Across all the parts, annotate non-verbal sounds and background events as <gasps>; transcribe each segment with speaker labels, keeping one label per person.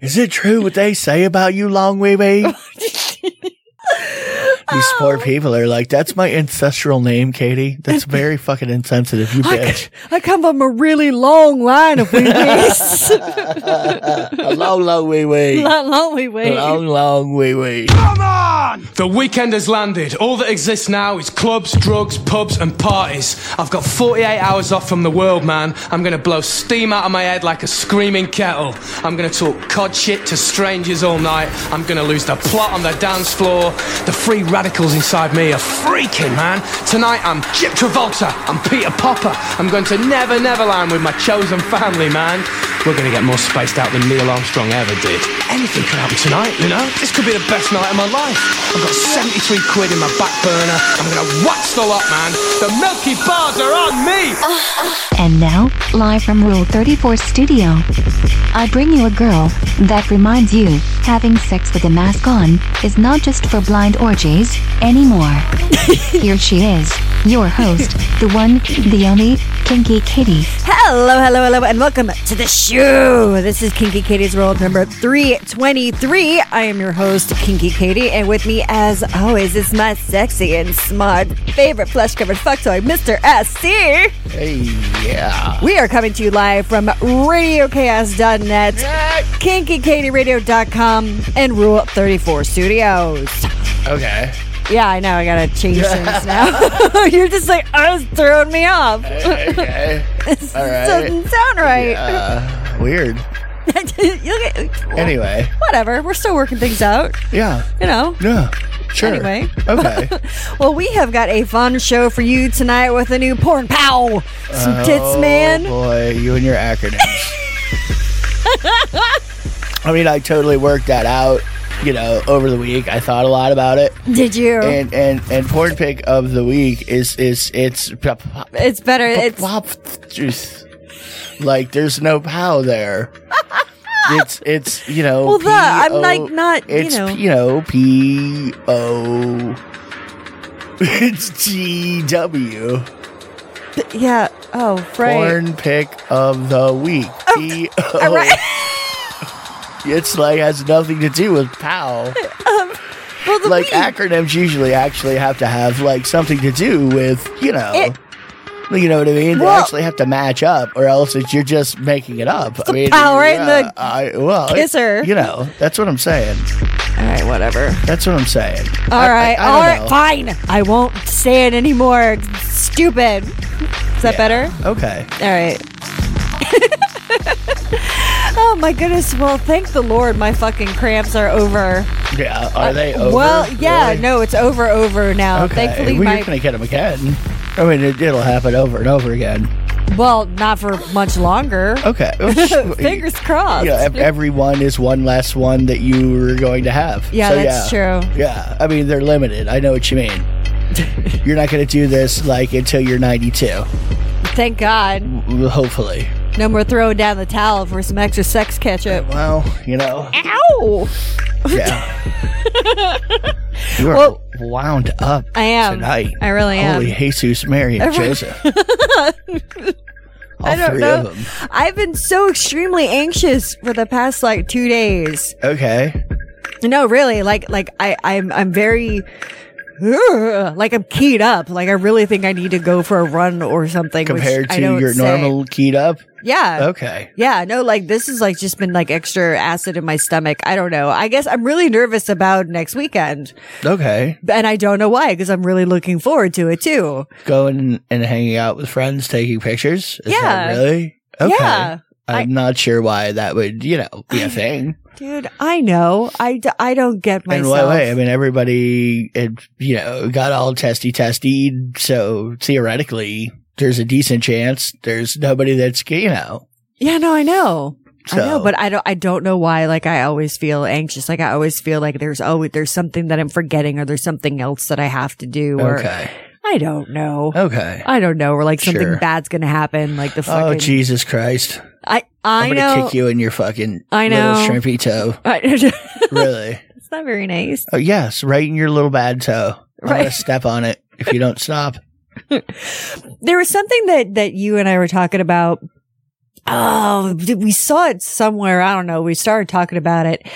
Speaker 1: Is it true what they say about you, Long Wee Wee? These poor people are like, that's my ancestral name, Katie. That's very fucking insensitive, you
Speaker 2: I,
Speaker 1: bitch.
Speaker 2: c- I come from a really long line of wee wees.
Speaker 1: long, long wee wee.
Speaker 2: Long, long wee wee.
Speaker 1: Long, long wee wee.
Speaker 3: The weekend has landed. All that exists now is clubs, drugs, pubs, and parties. I've got 48 hours off from the world, man. I'm gonna blow steam out of my head like a screaming kettle. I'm gonna talk cod shit to strangers all night. I'm gonna lose the plot on the dance floor. The free radicals inside me are freaking, man. Tonight I'm Jip Travolta. I'm Peter Popper. I'm going to Never Neverland with my chosen family, man. We're gonna get more spaced out than Neil Armstrong ever did. Anything could happen tonight, you know? This could be the best night of my life. I've got 73 quid in my back burner. I'm gonna watch the lot, man. The Milky Bars are on me!
Speaker 4: And now, live from Rule 34 Studio, I bring you a girl that reminds you having sex with a mask on is not just for blind orgies anymore. Here she is, your host, the one, the only, Kinky Kitty.
Speaker 2: Hello, hello, hello, and welcome to the show. This is Kinky Katie's World number 323. I am your host, Kinky Katie, and with me, as always, is my sexy and smart favorite flesh covered fucktoy, Mr. SC.
Speaker 1: Hey, yeah.
Speaker 2: We are coming to you live from RadioChaos.net, KinkyKatieRadio.com, and Rule 34 Studios.
Speaker 1: Okay.
Speaker 2: Yeah, I know, I gotta change things now. <laughs> You're just like, oh, it's throwing me off. <laughs>
Speaker 1: Okay.
Speaker 2: This
Speaker 1: All right.
Speaker 2: doesn't sound right.
Speaker 1: Uh, weird.
Speaker 2: <laughs> You'll get-
Speaker 1: Anyway.
Speaker 2: whatever. We're still working things out,
Speaker 1: Yeah.
Speaker 2: you know.
Speaker 1: Yeah. Sure.
Speaker 2: Anyway.
Speaker 1: Okay.
Speaker 2: Well, we have got a fun show for you tonight with a new porn pow. Some tits, man.
Speaker 1: Oh boy, you and your
Speaker 2: <laughs>
Speaker 1: acronyms. I mean, I totally worked that out. You know, over the week, I thought a lot about it,
Speaker 2: Did you?
Speaker 1: and and and porn pick of the week is is it's pop- pop-
Speaker 2: it's better. It's
Speaker 1: pop juice. Like there's no pow
Speaker 2: <laughs>
Speaker 1: there. It's it's you know.
Speaker 2: Well, the- I'm,
Speaker 1: P-O-
Speaker 2: like, not, you
Speaker 1: It's
Speaker 2: know.
Speaker 1: you know P O. <laughs> It's G W.
Speaker 2: yeah. Oh, right.
Speaker 1: Porn pick of the week. P O.
Speaker 2: <laughs> All <laughs> right.
Speaker 1: It's like has nothing to do with POW.
Speaker 2: <laughs> Well, the
Speaker 1: Like
Speaker 2: week-
Speaker 1: acronyms usually actually have to have like something to do with you know.
Speaker 2: It-
Speaker 1: you know what I mean?
Speaker 2: Well-
Speaker 1: they actually have to match up, or else it's, you're just making it up. I mean,
Speaker 2: power and the
Speaker 1: I, well, it-
Speaker 2: kisser.
Speaker 1: you know, that's what I'm saying.
Speaker 2: All right. Whatever.
Speaker 1: That's what I'm saying.
Speaker 2: All right.
Speaker 1: I don't
Speaker 2: all right.
Speaker 1: know.
Speaker 2: Fine. I won't say it anymore. It's Stupid. Is that better?
Speaker 1: Okay.
Speaker 2: All right. <laughs> oh my goodness. Well, thank the Lord, my fucking cramps are over.
Speaker 1: Yeah. Are they over?
Speaker 2: Uh, Well, yeah,
Speaker 1: Really?
Speaker 2: no, it's over, over now.
Speaker 1: Okay.
Speaker 2: Thankfully,
Speaker 1: well,
Speaker 2: my
Speaker 1: you're gonna get them again. I mean, it, it'll happen over and over again.
Speaker 2: well, not for much longer. <laughs>
Speaker 1: Okay.
Speaker 2: Fingers crossed.
Speaker 1: you know, ev- every one is one less one that you were going to have.
Speaker 2: Yeah,
Speaker 1: So,
Speaker 2: that's true.
Speaker 1: Yeah, I mean they're limited. I know what you
Speaker 2: <laughs>
Speaker 1: mean. you're not going to do this like until you're 92,
Speaker 2: Thank God,
Speaker 1: w- hopefully.
Speaker 2: no more throwing down the towel for some extra sex ketchup.
Speaker 1: Well, you know,
Speaker 2: Ow!
Speaker 1: yeah.
Speaker 2: <laughs>
Speaker 1: you are
Speaker 2: Well-
Speaker 1: wound up.
Speaker 2: I am.
Speaker 1: tonight.
Speaker 2: I really am.
Speaker 1: Holy Jesus, Mary, and
Speaker 2: Every- <laughs>
Speaker 1: Joseph. All
Speaker 2: I don't
Speaker 1: three
Speaker 2: know.
Speaker 1: of them.
Speaker 2: I've been so extremely anxious for the past like two days.
Speaker 1: Okay.
Speaker 2: No, really, like like I I'm I'm very. Ugh, like I'm keyed up. Like I really think I need to go for a run or something. which
Speaker 1: Compared
Speaker 2: I
Speaker 1: to
Speaker 2: don't
Speaker 1: your
Speaker 2: say.
Speaker 1: normal keyed up.
Speaker 2: yeah.
Speaker 1: Okay.
Speaker 2: Yeah, no, like this is like just been like extra acid in my stomach. I don't know. I guess I'm really nervous about next weekend,
Speaker 1: Okay.
Speaker 2: and I don't know why because I'm really looking forward to it too.
Speaker 1: Going and hanging out with friends, taking pictures. Is
Speaker 2: Yeah.
Speaker 1: That really? Okay.
Speaker 2: Yeah.
Speaker 1: I'm not sure why that would, you know, be a
Speaker 2: <laughs>
Speaker 1: thing.
Speaker 2: Dude, I know. I, d- I don't get
Speaker 1: And
Speaker 2: myself.
Speaker 1: why? way? I mean, everybody, it, you know, got all testy testy. So theoretically, there's a decent chance there's nobody that's, you know,
Speaker 2: yeah, no, I know. I know,
Speaker 1: So-
Speaker 2: but I don't. I don't know why. Like I always feel anxious. Like I always feel like there's always there's something that I'm forgetting, or there's something else that I have to do, or
Speaker 1: okay.
Speaker 2: I don't know.
Speaker 1: Okay.
Speaker 2: I don't know, or like something
Speaker 1: Sure.
Speaker 2: bad's gonna happen. Like the
Speaker 1: Oh,
Speaker 2: fucking.
Speaker 1: Jesus Christ.
Speaker 2: I I
Speaker 1: I'm going to
Speaker 2: know.
Speaker 1: kick you in your fucking
Speaker 2: I know.
Speaker 1: little shrimpy
Speaker 2: <laughs>
Speaker 1: toe. Really?
Speaker 2: it's not very nice.
Speaker 1: oh, yes. Right in your little bad toe. I'm going
Speaker 2: Right.
Speaker 1: to step on it if you
Speaker 2: <laughs>
Speaker 1: don't stop.
Speaker 2: there was something that that you and I were talking about oh, dude, we saw it somewhere. I don't know. We started talking about it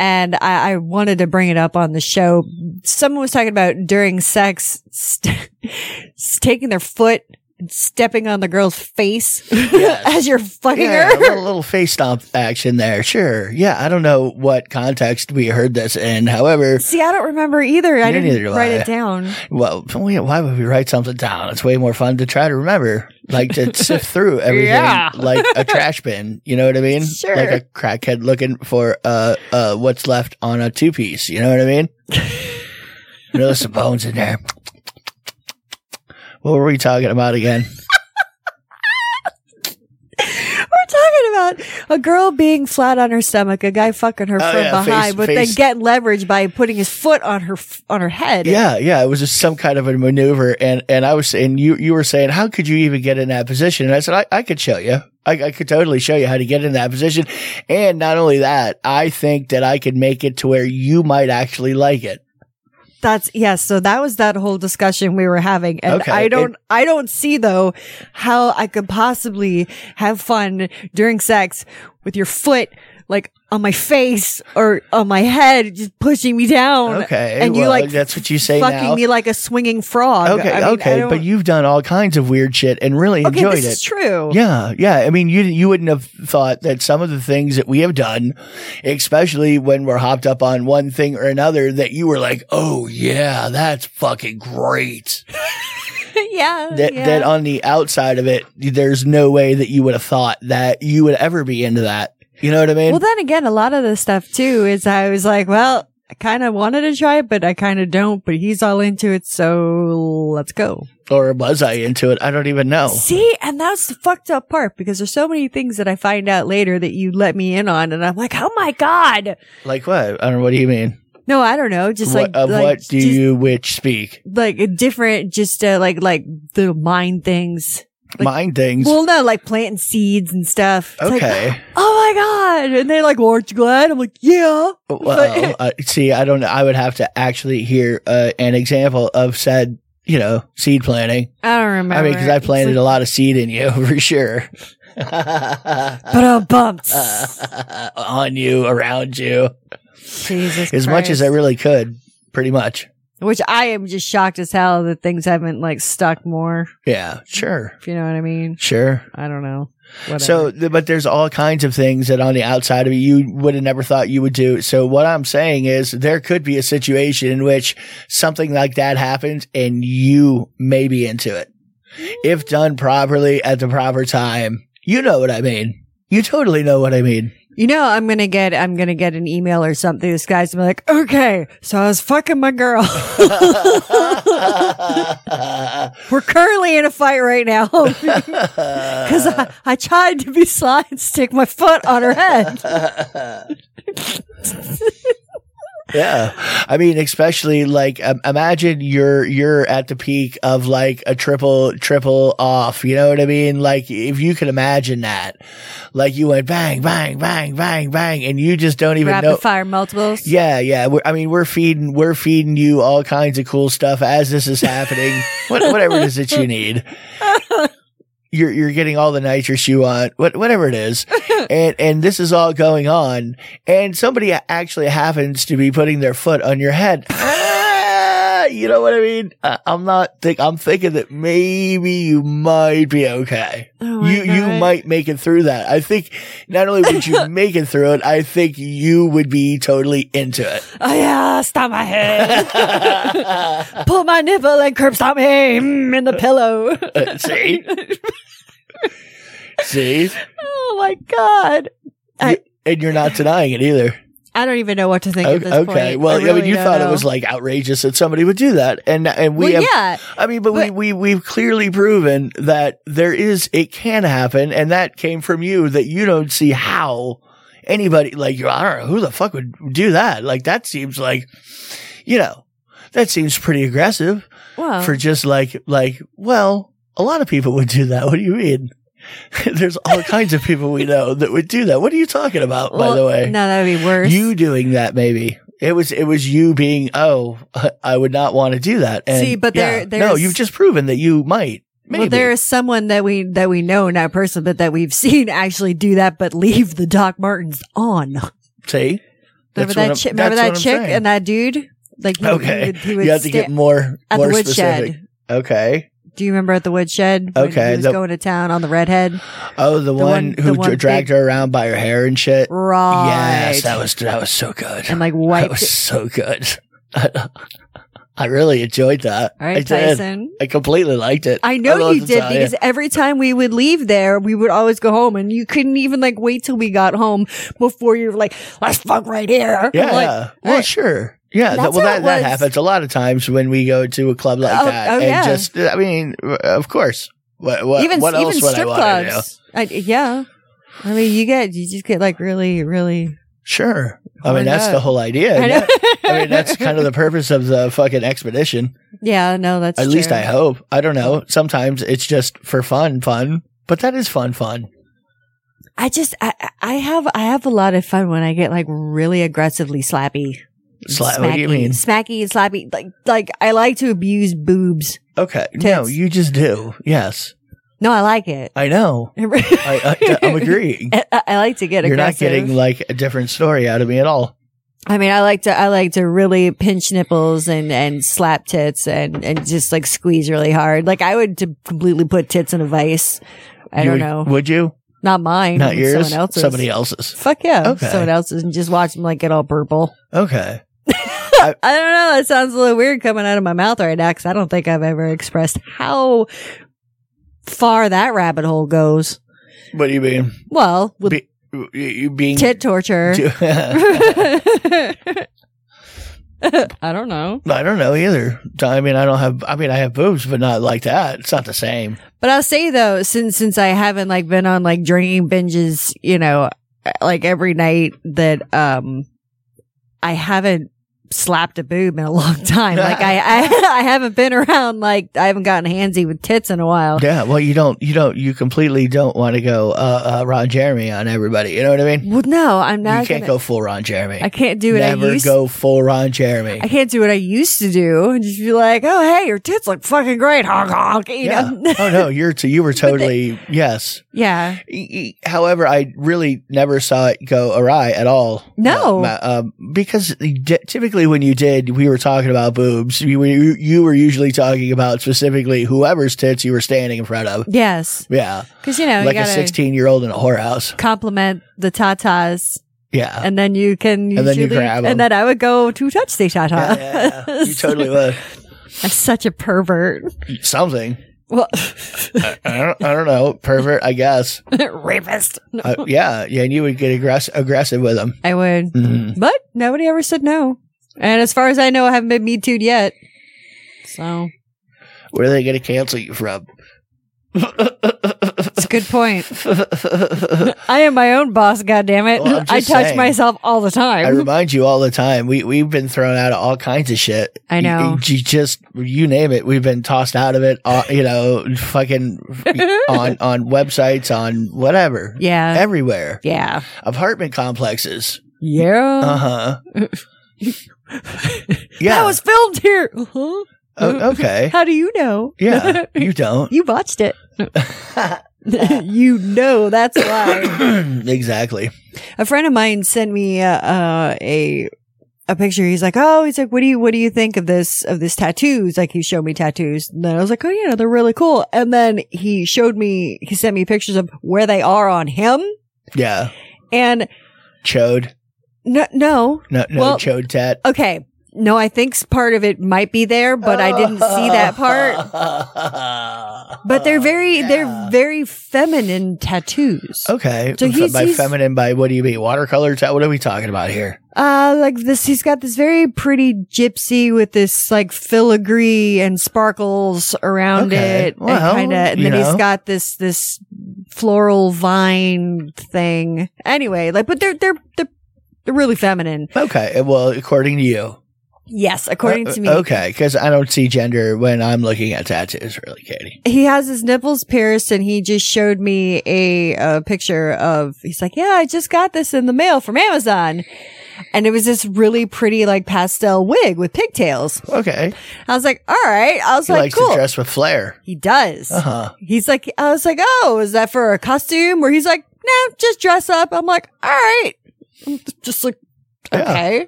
Speaker 2: and I, I wanted to bring it up on the show. Someone was talking about during sex, st- <laughs> taking their foot and stepping on the girl's face
Speaker 1: Yes.
Speaker 2: <laughs> as you're fucking
Speaker 1: Yeah, a
Speaker 2: her.
Speaker 1: little, little face stomp action there. Sure. Yeah, I don't know what context we heard this in. However,
Speaker 2: See, I don't remember either. I
Speaker 1: Yeah, neither
Speaker 2: didn't
Speaker 1: do
Speaker 2: write
Speaker 1: I.
Speaker 2: it down.
Speaker 1: well, why why would we write something down? It's way more fun to try to remember, like
Speaker 2: <laughs>
Speaker 1: to sift through everything,
Speaker 2: Yeah.
Speaker 1: like a trash bin. You know what I mean?
Speaker 2: Sure.
Speaker 1: Like a crackhead looking for uh uh what's left on a two piece. You know what I
Speaker 2: <laughs>
Speaker 1: mean? you know, there's some bones in there. What were we talking about again?
Speaker 2: We're talking about a girl being flat on her stomach, a guy fucking her
Speaker 1: Oh,
Speaker 2: from
Speaker 1: yeah,
Speaker 2: behind,
Speaker 1: face-
Speaker 2: but
Speaker 1: face.
Speaker 2: then getting leverage by putting his foot on her f- on her head.
Speaker 1: Yeah, yeah, it was just some kind of a maneuver, and and I was saying you you were saying how could you even get in that position? And I said I, I could show you, I, I could totally show you how to get in that position, and not only that, I think that I could make it to where you might actually like it.
Speaker 2: That's yes. so that was that whole discussion we were having, and
Speaker 1: Okay,
Speaker 2: I don't,
Speaker 1: it-
Speaker 2: I don't see though how I could possibly have fun during sex with your foot like on my face or on my head, just pushing me down.
Speaker 1: Okay,
Speaker 2: Oh, and you
Speaker 1: well,
Speaker 2: like
Speaker 1: that's what you say
Speaker 2: fucking
Speaker 1: now.
Speaker 2: me like a swinging frog.
Speaker 1: Okay,
Speaker 2: I mean, I
Speaker 1: okay,
Speaker 2: don't-
Speaker 1: but you've done all kinds of weird shit and really
Speaker 2: okay,
Speaker 1: enjoyed
Speaker 2: this
Speaker 1: it.
Speaker 2: is true.
Speaker 1: Yeah, yeah. I mean, you you wouldn't have thought that some of the things that we have done, especially when we're hopped up on one thing or another, that you were like, "Oh yeah, that's fucking
Speaker 2: <laughs>
Speaker 1: great."
Speaker 2: <laughs> yeah,
Speaker 1: That
Speaker 2: yeah.
Speaker 1: that on the outside of it, there's no way that you would have thought that you would ever be into that. You know what I mean?
Speaker 2: Well, then again, a lot of this stuff too is I was like, well, I kind of wanted to try it, but I kind of don't. But he's all into it, so let's go.
Speaker 1: or was I into it? I don't even know.
Speaker 2: See, and that's the fucked up part because there's so many things that I find out later that you let me in on, and I'm like, oh my god.
Speaker 1: Like what? I don't know. What do you mean?
Speaker 2: No, I don't know. Just
Speaker 1: What,
Speaker 2: like,
Speaker 1: of
Speaker 2: like
Speaker 1: what do
Speaker 2: just,
Speaker 1: you which speak?
Speaker 2: like different, just uh, like like the mind things. like-
Speaker 1: Mind things.
Speaker 2: Well, no, like planting seeds and stuff. It's like,
Speaker 1: okay.
Speaker 2: oh my god! And they're like, well, aren't you glad? I'm like, yeah.
Speaker 1: Well, uh, see, I don't know. I would have to actually hear uh, an example of said, you know, seed planting.
Speaker 2: I don't
Speaker 1: I
Speaker 2: remember.
Speaker 1: mean, because I planted a lot of seed in you <laughs> for sure. <laughs>
Speaker 2: But uh, I bumped.
Speaker 1: Uh, On you, around you,
Speaker 2: Jesus.
Speaker 1: as much as I
Speaker 2: Christ.
Speaker 1: really could, pretty much.
Speaker 2: Which I am just shocked as hell that things haven't like stuck more.
Speaker 1: Yeah, sure,
Speaker 2: If you know what I mean.
Speaker 1: sure.
Speaker 2: I don't know.
Speaker 1: So, th- but there's all kinds of things that on the outside of it, you would have never thought you would do. So what I'm saying is there could be a situation in which something like that happens and you may be into it. If done properly at the proper time, you know what I mean. You totally know what I mean. <laughs>
Speaker 2: You know, I'm gonna get I'm gonna get an email or something. This guy's gonna be like, okay, so I was fucking my girl. <laughs> We're currently in a fight right now <laughs> because I, I tried to be sly and stick my foot on her head.
Speaker 1: Yeah. I mean, especially like um, imagine you're you're at the peak of like a triple triple off, you know what I mean? Like if you can imagine that. Like you went bang bang bang bang bang and you just don't <laughs> even
Speaker 2: Rapid
Speaker 1: know
Speaker 2: fire multiples.
Speaker 1: yeah, yeah. We're, I mean, we're feeding, we're feeding you all kinds of cool stuff as this is
Speaker 2: <laughs>
Speaker 1: happening. what, whatever it is that you need, you're you're getting all the nitrous you want. What, whatever it
Speaker 2: <laughs>
Speaker 1: is, and and this is all going on, and somebody actually happens to be putting their foot on your
Speaker 2: <laughs>
Speaker 1: head. Ah, You know what I mean? I, I'm not. Think, I'm thinking that maybe you might be okay.
Speaker 2: Oh my
Speaker 1: you you
Speaker 2: God.
Speaker 1: might make it through that. I think not only would
Speaker 2: <laughs>
Speaker 1: you make it through it, I think you would be totally into
Speaker 2: <laughs>
Speaker 1: it. <laughs>
Speaker 2: Oh yeah, stomp my head. <laughs> Pull my nipple and curb stomp me mm, in the pillow. <laughs>
Speaker 1: See? See?
Speaker 2: oh my god. I-
Speaker 1: And you're not denying it either.
Speaker 2: I don't even know what to think
Speaker 1: O-
Speaker 2: at this
Speaker 1: okay.
Speaker 2: point. I
Speaker 1: Well, I mean,
Speaker 2: really
Speaker 1: you
Speaker 2: don't
Speaker 1: thought
Speaker 2: know.
Speaker 1: it was like outrageous that somebody would do that, and and we
Speaker 2: well,
Speaker 1: have.
Speaker 2: yeah.
Speaker 1: I mean, but,
Speaker 2: But-
Speaker 1: we, we, we've clearly proven that there is, it can happen. And that came from you that you don't see how anybody, like, I don't know who the fuck would do that. Like, that seems like, you know, that seems pretty aggressive
Speaker 2: Well,
Speaker 1: for just like, like, well, a lot of people would do that. What do you mean? <laughs> There's all kinds of people we know that would do that. What are you talking about, by
Speaker 2: well,
Speaker 1: the way?
Speaker 2: no, that would be worse.
Speaker 1: You doing that, maybe. It was it was you being oh <laughs> I would not want to do that. And
Speaker 2: See, but there-
Speaker 1: no,
Speaker 2: there's-
Speaker 1: you've just proven that you might. Maybe.
Speaker 2: Well, there is someone that we that we know, not person, but that we've <laughs> seen actually do that, but leave the Doc Martens on. Remember
Speaker 1: See? That's what
Speaker 2: that
Speaker 1: I'm-
Speaker 2: chick? Remember
Speaker 1: that's
Speaker 2: that
Speaker 1: what I'm
Speaker 2: chick
Speaker 1: saying.
Speaker 2: and that dude? Like he, he
Speaker 1: okay.
Speaker 2: would- he would
Speaker 1: you have to
Speaker 2: sta-
Speaker 1: get more,
Speaker 2: at
Speaker 1: more
Speaker 2: the woodshed.
Speaker 1: specific. Okay.
Speaker 2: Do you remember at the woodshed? when
Speaker 1: Okay,
Speaker 2: he was
Speaker 1: the-
Speaker 2: going to town on the redhead.
Speaker 1: Oh, the, one,
Speaker 2: one-
Speaker 1: who
Speaker 2: the one
Speaker 1: dra- dragged
Speaker 2: big-
Speaker 1: her around by her hair and shit.
Speaker 2: Right.
Speaker 1: Yes, that was that was so good.
Speaker 2: and like
Speaker 1: <laughs> That
Speaker 2: wiped.
Speaker 1: was so good. <laughs> I really enjoyed that.
Speaker 2: All right,
Speaker 1: I did.
Speaker 2: Tyson.
Speaker 1: I completely liked it.
Speaker 2: I
Speaker 1: don't
Speaker 2: know you
Speaker 1: what to
Speaker 2: did
Speaker 1: tell
Speaker 2: because every time we would leave there, we would always go home, and you couldn't even like wait till we got home before you were like, "Let's fuck right here."
Speaker 1: yeah.
Speaker 2: Like,
Speaker 1: well,
Speaker 2: right.
Speaker 1: sure. Yeah. that-
Speaker 2: That's
Speaker 1: well,
Speaker 2: how
Speaker 1: that,
Speaker 2: it
Speaker 1: that
Speaker 2: was.
Speaker 1: happens a lot of times when we go to a club like
Speaker 2: Oh,
Speaker 1: that.
Speaker 2: oh,
Speaker 1: and
Speaker 2: yeah.
Speaker 1: just, I mean, uh, of course. What, what,
Speaker 2: even
Speaker 1: what else
Speaker 2: even
Speaker 1: would
Speaker 2: strip
Speaker 1: I want to do?
Speaker 2: clubs. I, yeah, I mean, you get you just get like really, really.
Speaker 1: Sure. I
Speaker 2: Why
Speaker 1: mean, that's
Speaker 2: not?
Speaker 1: the whole idea.
Speaker 2: I
Speaker 1: yeah.
Speaker 2: know.
Speaker 1: I mean,
Speaker 2: <laughs>
Speaker 1: that's kind of the purpose of the fucking expedition.
Speaker 2: yeah. No, that's
Speaker 1: At least
Speaker 2: true.
Speaker 1: I hope. I don't know. Sometimes it's just for fun, fun, but that is fun, fun.
Speaker 2: I just I I- I have I have a lot of fun when I get like really aggressively slappy.
Speaker 1: Sla- what do you
Speaker 2: Smacky-
Speaker 1: mean?
Speaker 2: Smacky and slappy. Like like I like to abuse boobs.
Speaker 1: Okay. No,
Speaker 2: Tits.
Speaker 1: you just do. Yes.
Speaker 2: No, I like it. <laughs>
Speaker 1: I know. I, I, I'm agreeing.
Speaker 2: I, I like to get
Speaker 1: You're not
Speaker 2: aggressive.
Speaker 1: getting like a different story out of me at all.
Speaker 2: I mean, I like to, I like to really pinch nipples and, and slap tits and, and just like squeeze really hard. Like I would to completely put tits in a vice. I
Speaker 1: You
Speaker 2: don't
Speaker 1: would-
Speaker 2: know.
Speaker 1: Would you?
Speaker 2: not mine.
Speaker 1: Not yours.
Speaker 2: Someone else's.
Speaker 1: Somebody else's.
Speaker 2: Fuck yeah.
Speaker 1: Okay.
Speaker 2: Someone else's and just watch them like get all purple.
Speaker 1: Okay.
Speaker 2: I don't know. That sounds a little weird coming out of my mouth right now because I don't think I've ever expressed how far that rabbit hole goes.
Speaker 1: What do you mean?
Speaker 2: Well, with
Speaker 1: Be- you- you being <laughs>
Speaker 2: tit torture. <laughs> I don't know.
Speaker 1: I don't know either. I mean, I don't have. I mean, I have boobs, but not like that. It's not the same.
Speaker 2: But I'll say though, since since I haven't like been on like drinking binges, you know, like every night that um I haven't slapped a boob in a <laughs> long time. Like I I, I <laughs> haven't been around like I haven't gotten handsy with tits in a while.
Speaker 1: Yeah, well, you don't, you don't, you completely don't want to go uh, uh, Ron Jeremy on everybody. You know what I mean?
Speaker 2: Well, no, I'm not.
Speaker 1: you can't
Speaker 2: gonna-
Speaker 1: go full Ron Jeremy.
Speaker 2: I can't do what
Speaker 1: Never
Speaker 2: I used.
Speaker 1: go full Ron Jeremy.
Speaker 2: I can't do what I used to do and just be like, oh hey, your tits look fucking great, honk honk. You
Speaker 1: yeah.
Speaker 2: know? <laughs>
Speaker 1: oh no, you're t- you were totally yes.
Speaker 2: yeah.
Speaker 1: E- e- However, I really never saw it go awry at all.
Speaker 2: No.
Speaker 1: Uh, ma- um, because d- typically when you did, we were talking about boobs. You, were- you you were usually talking about specifically whoever's tits you were standing in front of.
Speaker 2: Yes.
Speaker 1: Yeah,
Speaker 2: Because you know,
Speaker 1: like
Speaker 2: Oh, you
Speaker 1: a
Speaker 2: gotta
Speaker 1: sixteen-year-old in a whorehouse.
Speaker 2: compliment the tatas
Speaker 1: Yeah.
Speaker 2: and then you can
Speaker 1: And
Speaker 2: usually,
Speaker 1: then you grab 'em.
Speaker 2: and then I would go to touch the tata.
Speaker 1: <laughs> Yeah, yeah, yeah. You totally would.
Speaker 2: <laughs> I'm such a pervert. <laughs>
Speaker 1: Something.
Speaker 2: Well, <laughs>
Speaker 1: I don't, I don't know. Pervert, I guess.
Speaker 2: rapist. <laughs> No,
Speaker 1: Uh, yeah. Yeah. And you would get aggress- aggressive with them.
Speaker 2: I would,
Speaker 1: Mhm.
Speaker 2: but nobody ever said no. And as far as I know, I haven't been me too'd yet. So
Speaker 1: Where are they going to cancel you from?
Speaker 2: it's a
Speaker 1: <laughs>
Speaker 2: good point. I am my own boss. God damn it!
Speaker 1: Well, I'm
Speaker 2: I touch
Speaker 1: just saying.
Speaker 2: myself all the time.
Speaker 1: I remind you all the time. We, we've been thrown out of all kinds of shit.
Speaker 2: I know.
Speaker 1: You, you just, you name it. We've been tossed out of it,
Speaker 2: <laughs>
Speaker 1: uh, you know, fucking on, on websites, on whatever.
Speaker 2: <laughs> yeah.
Speaker 1: Everywhere.
Speaker 2: yeah.
Speaker 1: Apartment complexes.
Speaker 2: Yeah.
Speaker 1: Uh
Speaker 2: <laughs>
Speaker 1: huh. yeah.
Speaker 2: Oh. That was filmed here. <laughs> Uh-huh.
Speaker 1: O-
Speaker 2: <laughs>
Speaker 1: okay.
Speaker 2: How do you know?
Speaker 1: Yeah.
Speaker 2: <laughs>
Speaker 1: You don't. <clears throat>
Speaker 2: You watched it. <laughs> you know that's why.
Speaker 1: exactly.
Speaker 2: A friend of mine sent me uh, uh, a a picture. He's like, "Oh, he's like, what do you what do you think of this of this tattoos?" Like he showed me tattoos, and then I was like, "Oh yeah, they're really cool." And then he showed me he sent me pictures of where they are on him,
Speaker 1: Yeah.
Speaker 2: and
Speaker 1: Chode.
Speaker 2: no, no,
Speaker 1: No, no
Speaker 2: Well-
Speaker 1: chode tat.
Speaker 2: okay, no, I think s- part of it might be there, but I didn't see
Speaker 1: <laughs>
Speaker 2: that part. But they're very they're very feminine tattoos.
Speaker 1: Okay.
Speaker 2: So
Speaker 1: Fe-
Speaker 2: he's-
Speaker 1: by
Speaker 2: he's-
Speaker 1: feminine, by what do you mean? Watercolor tat? What are we talking about here?
Speaker 2: Uh, like this, he's got this very pretty gypsy with this like filigree and sparkles around
Speaker 1: Okay.
Speaker 2: it.
Speaker 1: Well,
Speaker 2: and kinda, and
Speaker 1: you
Speaker 2: then
Speaker 1: know.
Speaker 2: he's got this, this floral vine thing. Anyway, like, but they're, they're, they're, they're really feminine.
Speaker 1: Okay. Well, Uh, according to you.
Speaker 2: Yes, according to me.
Speaker 1: Uh, Okay, because I don't see gender when I'm looking at tattoos, really, Katie.
Speaker 2: He has his nipples pierced and he just showed me a, uh picture of, he's like, yeah, I just got this in the mail from Amazon. And it was this really pretty like pastel wig with pigtails.
Speaker 1: Okay.
Speaker 2: I was like, all right. I was
Speaker 1: He
Speaker 2: like,
Speaker 1: likes
Speaker 2: cool.
Speaker 1: to dress with flair.
Speaker 2: He does. <laughs>
Speaker 1: Uh-huh.
Speaker 2: He's like, I was like, oh, is that for a costume? Where he's like, nah, just dress up. I'm like, all right. I'm just like,
Speaker 1: Yeah.
Speaker 2: okay.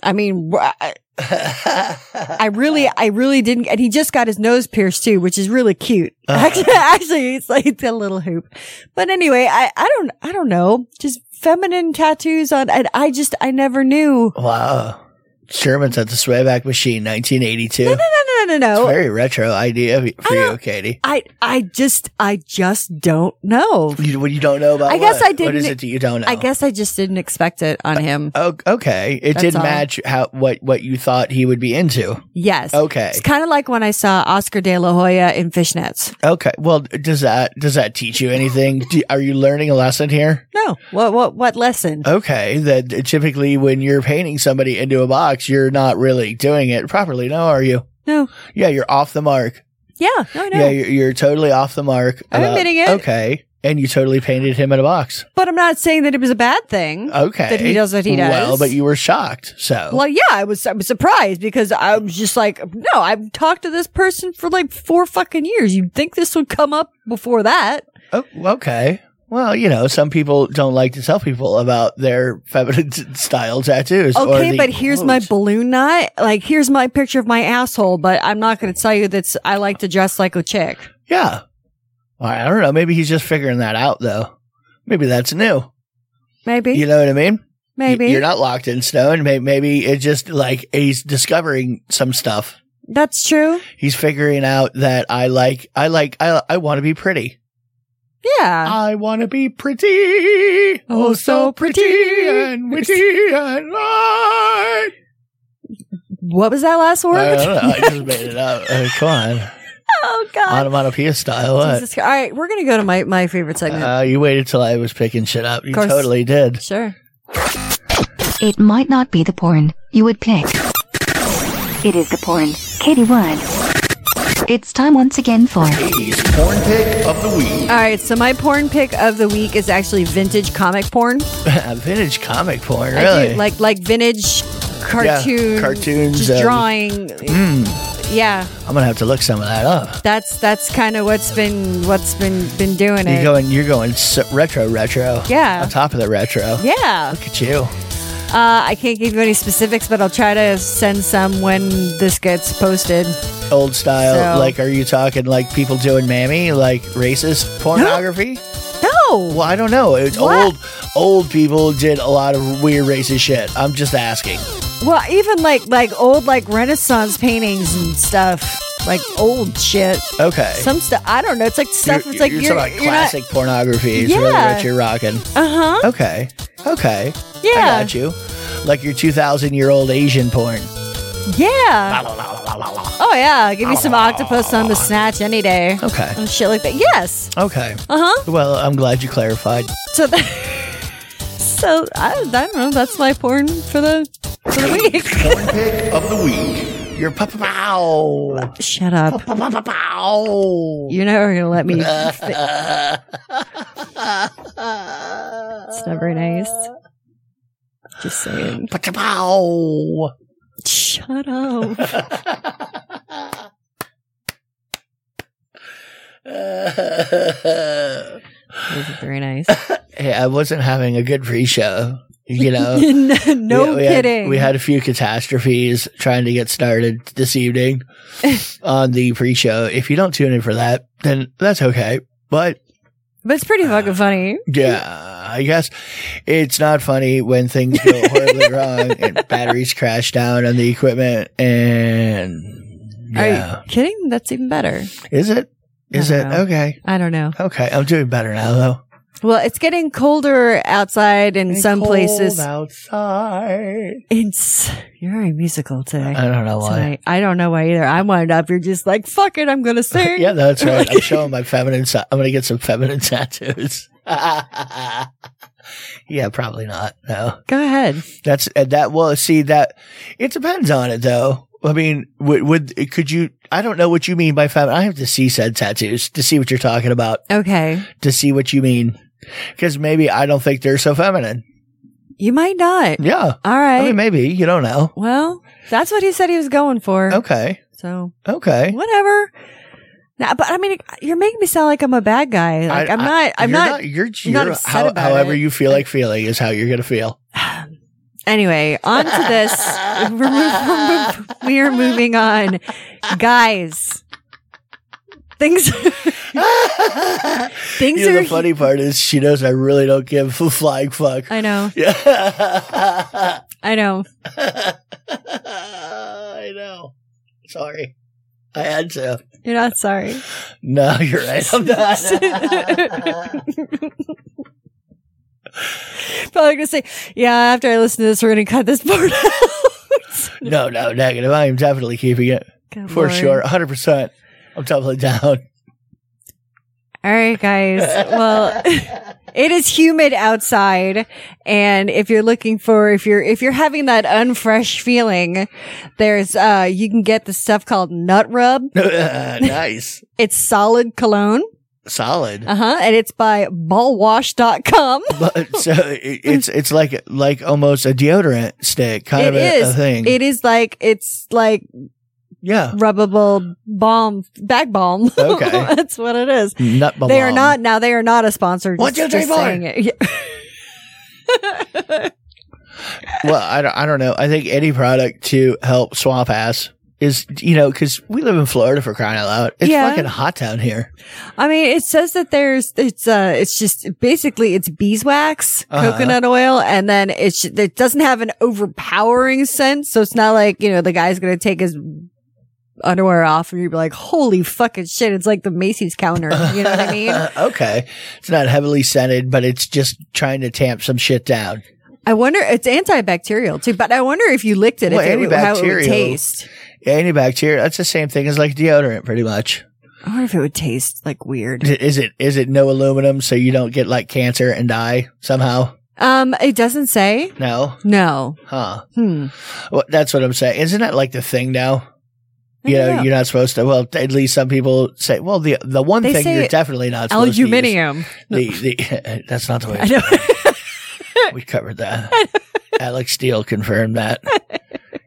Speaker 2: I mean, wh- I, I really, I really didn't. And he just got his nose pierced too, which is really cute.
Speaker 1: Uh-huh.
Speaker 2: <laughs> Actually, actually, it's like a little hoop. But anyway, I, I don't, I don't know. Just feminine tattoos on, and I just, I never knew.
Speaker 1: Wow. Sherman's at the Swayback Machine, 1982.
Speaker 2: No, no, no, no, no.
Speaker 1: Very retro idea for
Speaker 2: I
Speaker 1: you,
Speaker 2: don't-
Speaker 1: Katie.
Speaker 2: I, I just, I just don't know.
Speaker 1: You, what you don't know about
Speaker 2: I guess
Speaker 1: what?
Speaker 2: I
Speaker 1: What is
Speaker 2: didn't-
Speaker 1: it that you don't know?
Speaker 2: I guess I just didn't expect it on him.
Speaker 1: Oh, okay. It
Speaker 2: That's
Speaker 1: didn't
Speaker 2: all.
Speaker 1: match how what what you thought he would be into.
Speaker 2: Yes.
Speaker 1: Okay.
Speaker 2: It's kind of like when I saw Oscar de la Hoya in fishnets.
Speaker 1: Okay. Well, does that does that teach you anything? Do, are you learning a lesson here?
Speaker 2: No. What what what lesson?
Speaker 1: Uh, Okay, that typically when you're painting somebody into a box, you're not really doing it properly. No, are you?
Speaker 2: No.
Speaker 1: Yeah, you're off the mark.
Speaker 2: Yeah. No. No.
Speaker 1: Yeah, you're, you're totally off the mark.
Speaker 2: I'm
Speaker 1: about-
Speaker 2: admitting it.
Speaker 1: Okay, and you totally painted him in a box.
Speaker 2: but I'm not saying that it was a bad thing.
Speaker 1: Okay,
Speaker 2: That he does what he does.
Speaker 1: Well, but you were shocked. So
Speaker 2: Well, yeah, I was. I was surprised because I was just like, no, I've talked to this person for like four fucking years. You'd think this would come up before that.
Speaker 1: Oh, okay. Well, you know, some people don't like to tell people about their feminine <laughs> t- style tattoos. or
Speaker 2: Okay,
Speaker 1: the
Speaker 2: but here's my
Speaker 1: quotes.
Speaker 2: balloon knot. Like, here's my picture of my asshole. But I'm not going to tell you that I like to dress like a chick.
Speaker 1: yeah. All right, I don't know. Maybe he's just figuring that out, though. Maybe that's new.
Speaker 2: Maybe.
Speaker 1: You know what I mean? Y-
Speaker 2: maybe.
Speaker 1: You're not locked in stone. May- Maybe it's just like he's discovering some stuff.
Speaker 2: That's true.
Speaker 1: He's figuring out that I like, I like, I, I want to be pretty.
Speaker 2: Yeah.
Speaker 1: I want to be pretty.
Speaker 2: Oh, so pretty.
Speaker 1: and witty and
Speaker 2: <laughs>
Speaker 1: light.
Speaker 2: What was that last word?
Speaker 1: I don't know. I just made it up. Uh, come on.
Speaker 2: oh God.
Speaker 1: Onomatopoeia style. What?
Speaker 2: Jesus Christ. All right, we're gonna go to my, my favorite segment.
Speaker 1: Uh, you waited till I was picking shit up. You
Speaker 2: Course.
Speaker 1: totally did.
Speaker 2: sure.
Speaker 4: It might not be the porn you would pick. It is the porn Katie would. It's time once again
Speaker 1: <laughs>
Speaker 4: for
Speaker 2: All right, so my porn pick of the week is actually vintage comic porn.
Speaker 1: Vintage comic porn,
Speaker 2: I do,
Speaker 1: really?
Speaker 2: like like vintage cartoon
Speaker 1: cartoons, Hmm.
Speaker 2: just
Speaker 1: um,
Speaker 2: drawing. Yeah,
Speaker 1: I'm gonna have to look some of that up.
Speaker 2: that's that's kind of what's been what's been been doing
Speaker 1: You're
Speaker 2: it.
Speaker 1: going, you're going so retro, retro.
Speaker 2: Yeah.
Speaker 1: On top of the retro.
Speaker 2: yeah,
Speaker 1: Look at you.
Speaker 2: uh, I can't give you any specifics, but I'll try to send some when this gets posted.
Speaker 1: Old style.
Speaker 2: So-
Speaker 1: Like, are you talking like people doing mammy, like
Speaker 2: <gasps>
Speaker 1: racist pornography?
Speaker 2: No,
Speaker 1: Well, I don't know. It's
Speaker 2: What?
Speaker 1: old, old people did a lot of weird racist shit. I'm just asking.
Speaker 2: Well, even like like old like Renaissance paintings and stuff, like old shit.
Speaker 1: Okay.
Speaker 2: Some stuff I don't know. It's like stuff.
Speaker 1: You're-
Speaker 2: it's like
Speaker 1: you're,
Speaker 2: you're,
Speaker 1: talking about
Speaker 2: you're
Speaker 1: classic pornography is really
Speaker 2: Yeah.
Speaker 1: what you're rocking.
Speaker 2: not. Uh huh.
Speaker 1: Okay. Okay. I
Speaker 2: Yeah.
Speaker 1: got you. Like your 2,000 year old Asian porn.
Speaker 2: Yeah. Oh yeah. Give me some octopus on the snatch any day.
Speaker 1: Okay.
Speaker 2: Some shit like that. Yes.
Speaker 1: Okay.
Speaker 2: Uh huh.
Speaker 1: Well, I'm glad you clarified.
Speaker 2: So that. <laughs> So I, I don't know. That's my porn for the for the week.
Speaker 1: <laughs> Of the week. Your papa pow.
Speaker 2: Shut up.
Speaker 1: Papa pow.
Speaker 2: You're never gonna let me. <laughs> fi- it's never nice. Just saying.
Speaker 1: Papa <laughs> pow.
Speaker 2: Shut up.
Speaker 1: hey,
Speaker 2: very <laughs> nice.
Speaker 1: Oh. I wasn't having a good pre show. You <laughs> know?
Speaker 2: no
Speaker 1: we, we
Speaker 2: kidding.
Speaker 1: Had, we had a few catastrophes trying to get started this <laughs> evening on the pre-show. If you don't tune in for that, then that's okay. But
Speaker 2: but it's pretty fucking funny.
Speaker 1: yeah, I guess it's not funny when things
Speaker 2: <laughs>
Speaker 1: go horribly wrong and batteries crash down on the equipment. And
Speaker 2: Are
Speaker 1: yeah,
Speaker 2: you kidding? That's even better.
Speaker 1: is it? Is
Speaker 2: I
Speaker 1: it
Speaker 2: don't know.
Speaker 1: okay?
Speaker 2: I don't know.
Speaker 1: Okay, I'm doing better now though.
Speaker 2: Well, it's getting colder outside in some
Speaker 1: Cold
Speaker 2: places.
Speaker 1: outside.
Speaker 2: It's you're a musical today.
Speaker 1: I don't know why.
Speaker 2: Tonight. I don't know why either. I wound up. You're just like fuck it. I'm
Speaker 1: <laughs>
Speaker 2: gonna sing.
Speaker 1: Yeah, <laughs>
Speaker 2: <laughs>
Speaker 1: that's right. I'm showing my feminine side. I'm going to get some feminine tattoos. Yeah, probably not. No,
Speaker 2: Go ahead.
Speaker 1: that's uh, that. Well, see that it depends on it though. I mean, would, would could you? I don't know what you mean by fem. I have to see said tattoos to see what you're talking about
Speaker 2: Okay.
Speaker 1: to see what you mean because maybe I don't think they're so feminine.
Speaker 2: You might not.
Speaker 1: Yeah,
Speaker 2: All right.
Speaker 1: Mm. I mean maybe you don't know.
Speaker 2: well, that's what he said he was going for.
Speaker 1: Okay, Eh.
Speaker 2: So
Speaker 1: okay.
Speaker 2: whatever. Now, but I mean, you're making me sound like I'm a bad guy. Like I, am not. I'm
Speaker 1: you're
Speaker 2: not.
Speaker 1: You're,
Speaker 2: I'm not
Speaker 1: you're-
Speaker 2: upset
Speaker 1: how-
Speaker 2: about
Speaker 1: however
Speaker 2: it.
Speaker 1: you feel like feeling is how you're gonna feel. <laughs>
Speaker 2: Anyway, on to this. We're mov- we are moving on, guys. <laughs> Things <laughs> things
Speaker 1: You know,
Speaker 2: are.
Speaker 1: the funny part is she knows I really don't give a flying fuck.
Speaker 2: <laughs> I know.
Speaker 1: <laughs> Yeah.
Speaker 2: I know.
Speaker 1: <laughs> I know. Sorry. I had to.
Speaker 2: You're not sorry.
Speaker 1: <laughs> No, you're right. I'm not.
Speaker 2: <laughs> Probably gonna say, yeah. After I listen to this, we're gonna cut this part <laughs> out.
Speaker 1: no, no, negative. I am definitely keeping it
Speaker 2: Good
Speaker 1: for
Speaker 2: Lord.
Speaker 1: sure. 100%. I'm doubling
Speaker 2: <laughs>
Speaker 1: down. <laughs>
Speaker 2: All right, guys. Well, <laughs> it is humid outside, and if you're looking for, if you're if you're having that unfresh feeling, there's uh, you can get this stuff called Nut Rub.
Speaker 1: nice.
Speaker 2: It's solid cologne,
Speaker 1: Solid.
Speaker 2: <laughs> uh huh, and it's by BallWash.com.
Speaker 1: But so it, it's it's like like almost a deodorant stick kind
Speaker 2: It
Speaker 1: of a, a
Speaker 2: is.
Speaker 1: thing.
Speaker 2: It is like it's like
Speaker 1: yeah.
Speaker 2: rubbable balm, back balm.
Speaker 1: Okay.
Speaker 2: <laughs> that's what it is.
Speaker 1: Nut
Speaker 2: They are
Speaker 1: balm.
Speaker 2: not now. They are not a sponsor.
Speaker 1: One,
Speaker 2: just-
Speaker 1: two, three,
Speaker 2: just
Speaker 1: four.
Speaker 2: saying it. Yeah.
Speaker 1: Well, I don't, I don't know. I think any product to help swamp ass is, you know, because we live in Florida for crying out loud. It's
Speaker 2: Yeah.
Speaker 1: fucking hot down here.
Speaker 2: I mean, it says that there's it's uh it's just basically it's beeswax,
Speaker 1: Uh-huh.
Speaker 2: coconut oil, and then it's it doesn't have an overpowering scent, so it's not like you know the guy's gonna take his underwear off and you'd be like, holy fucking shit! It's like the Macy's counter, you know
Speaker 1: <laughs>
Speaker 2: what I mean?
Speaker 1: okay. It's not heavily scented, but it's just trying to tamp some shit down.
Speaker 2: I wonder it's antibacterial too, but I wonder if you licked it,
Speaker 1: Well,
Speaker 2: if it would, how it would
Speaker 1: antibacterial-
Speaker 2: taste.
Speaker 1: Antibacterial, that's the same thing as like deodorant, pretty much.
Speaker 2: I wonder if it would taste like weird.
Speaker 1: Is it, is it no aluminum so you don't get like cancer and die somehow?
Speaker 2: Um, it doesn't say.
Speaker 1: No?
Speaker 2: No.
Speaker 1: Huh.
Speaker 2: Hmm.
Speaker 1: Well, that's what I'm saying. Isn't that like the thing now?
Speaker 2: I
Speaker 1: You
Speaker 2: don't
Speaker 1: know,
Speaker 2: know.
Speaker 1: you're not supposed to. Well, at least some people say, well, the the one
Speaker 2: They
Speaker 1: thing
Speaker 2: say
Speaker 1: you're definitely not supposed to use-
Speaker 2: Aluminium.
Speaker 1: the, the <laughs> that's not the way
Speaker 2: <laughs> I know.
Speaker 1: we covered
Speaker 2: <laughs>
Speaker 1: that. Alex Steele confirmed that,